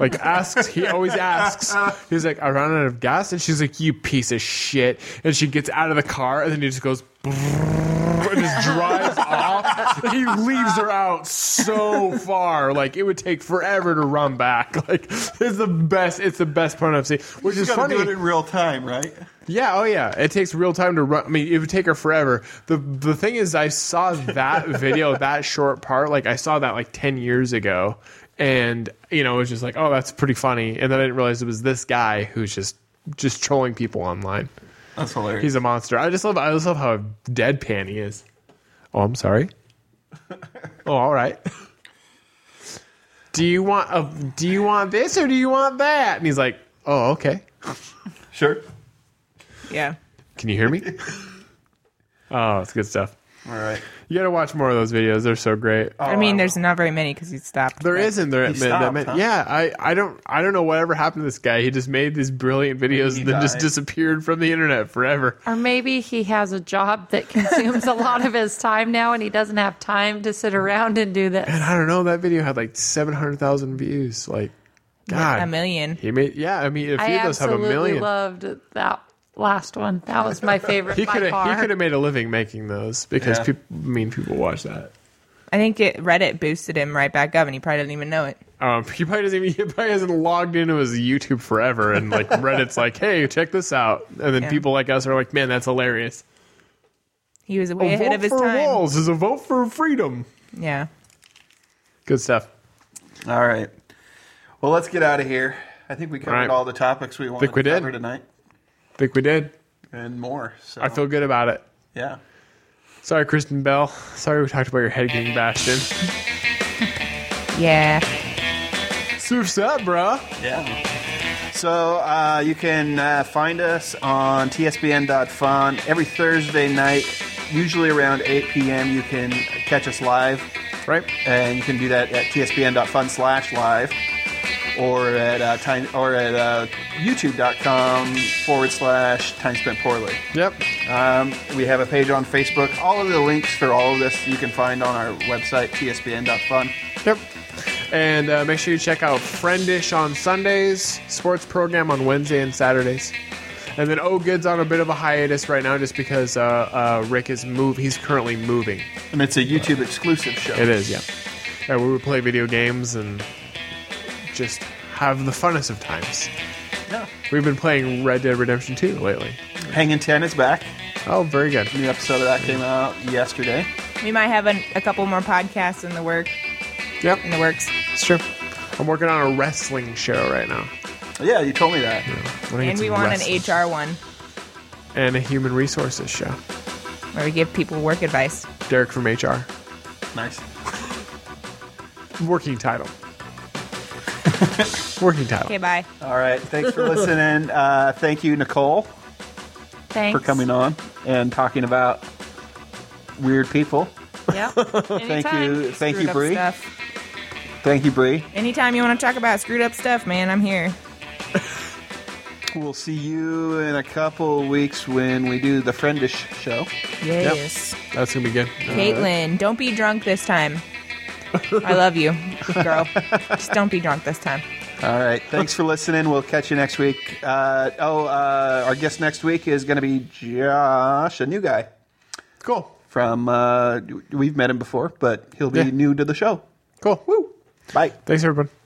like asks he always asks he's like i ran out of gas and she's like you piece of shit and she gets out of the car and then he just goes and just drives off. He leaves her out so far, like it would take forever to run back. [LAUGHS] Like it's the best. It's the best pun I've seen, which You is just gotta funny. do it in real time, right? Yeah, oh yeah. It takes real time to run. I mean, it would take her forever. The the thing is I saw [LAUGHS] that video, that short part, like I saw that like 10 years ago and you know, it was just like, "Oh, that's pretty funny." And then I didn't realize it was this guy who's just just trolling people online. That's hilarious. He's a monster. I just love I just love how deadpan he is. Oh, I'm sorry. oh, all right. Do you want a do you want this or do you want that? And he's like, "Oh, okay." Sure. Yeah. Can you hear me? oh, it's good stuff. All right. You got to watch more of those videos. They're so great. I mean, there's not very many because he stopped. There isn't there. Oh, He man, that stopped, man- huh? Yeah, I, I don't I don't know whatever happened to this guy. He just made these brilliant videos and then just died. disappeared from the internet forever. Or maybe he has a job that [LAUGHS] consumes a lot of his time now and he doesn't have time to sit around and do this. And I don't know. That video had like seven hundred thousand views. Like God, a million. He made, yeah, I mean, if he I does have a absolutely million, loved that last one. That was my favorite he by could have far. he could have made a living making those because Yeah. people, I mean, people watch that. I think it, Reddit boosted him right back up, and he probably didn't even know it. Um, he probably doesn't even, [LAUGHS] he probably hasn't logged into his YouTube forever, and [LAUGHS] like Reddit's like, hey, check this out, and then Yeah. people like us are like, man, that's hilarious. He was way a ahead vote of his for time. walls is a vote for freedom. Yeah. Good stuff. All right. Well, let's get out of here. I think we covered All right. all the topics we wanted Think we to did. cover tonight Think we did. and more. So I feel good about it. yeah. Sorry, Kristen Bell. Sorry, we talked about your head getting bashed in. Yeah. Surf's up, bruh. Yeah. So uh, you can uh, find us on tsbn.fun every Thursday night, usually around 8 p.m. You can catch us live. Right. And you can do that at tsbn.fun slash live or at, uh, time, or at uh, youtube.com forward slash time spent poorly. Yep. Um, we have a page on Facebook. All of the links for all of this you can find on our website, tsbn.fun. Yep. And uh, make sure you check out Friendish on Sundays, sports program on Wednesday and Saturdays. And then Oh Good's on a bit of a hiatus right now just because uh, uh, Rick is move. He's currently moving. And it's a YouTube exclusive show. It is, yeah. yeah where we play video games and just have the funnest of times. Yeah. We've been playing Red Dead Redemption 2 lately. Hanging 10 is back. Oh, very good. New episode of that came out yesterday. We might have an, a couple more podcasts in the work. Yep. In the works. It's true. I'm working on a wrestling show right now. Yeah, you told me that. Wanna get And some we want wrestling. an HR one and a human resources show. where we give people work advice. Derek from HR. Nice. Working title. Working title. Okay, bye. All right. Thanks for [LAUGHS] listening. Uh, thank you, Nicole, Thanks. for coming on and talking about weird people. Yep. [LAUGHS] thank you. Thank Screwed you, up Bree. stuff. Thank you, Bree. Anytime you want to talk about screwed up stuff, man, I'm here. We'll see you in a couple weeks when we do the Friendish show. Yes. That's going to be good. Caitlin, don't be drunk this time. I love you, girl. Just don't be drunk this time. All right. Thanks for listening. We'll catch you next week. Uh, oh, uh, our guest next week is going to be Josh, a new guy. Cool. From uh, we've met him before, but he'll be Yeah. new to the show. Cool. Woo. Bye. Thanks, everyone.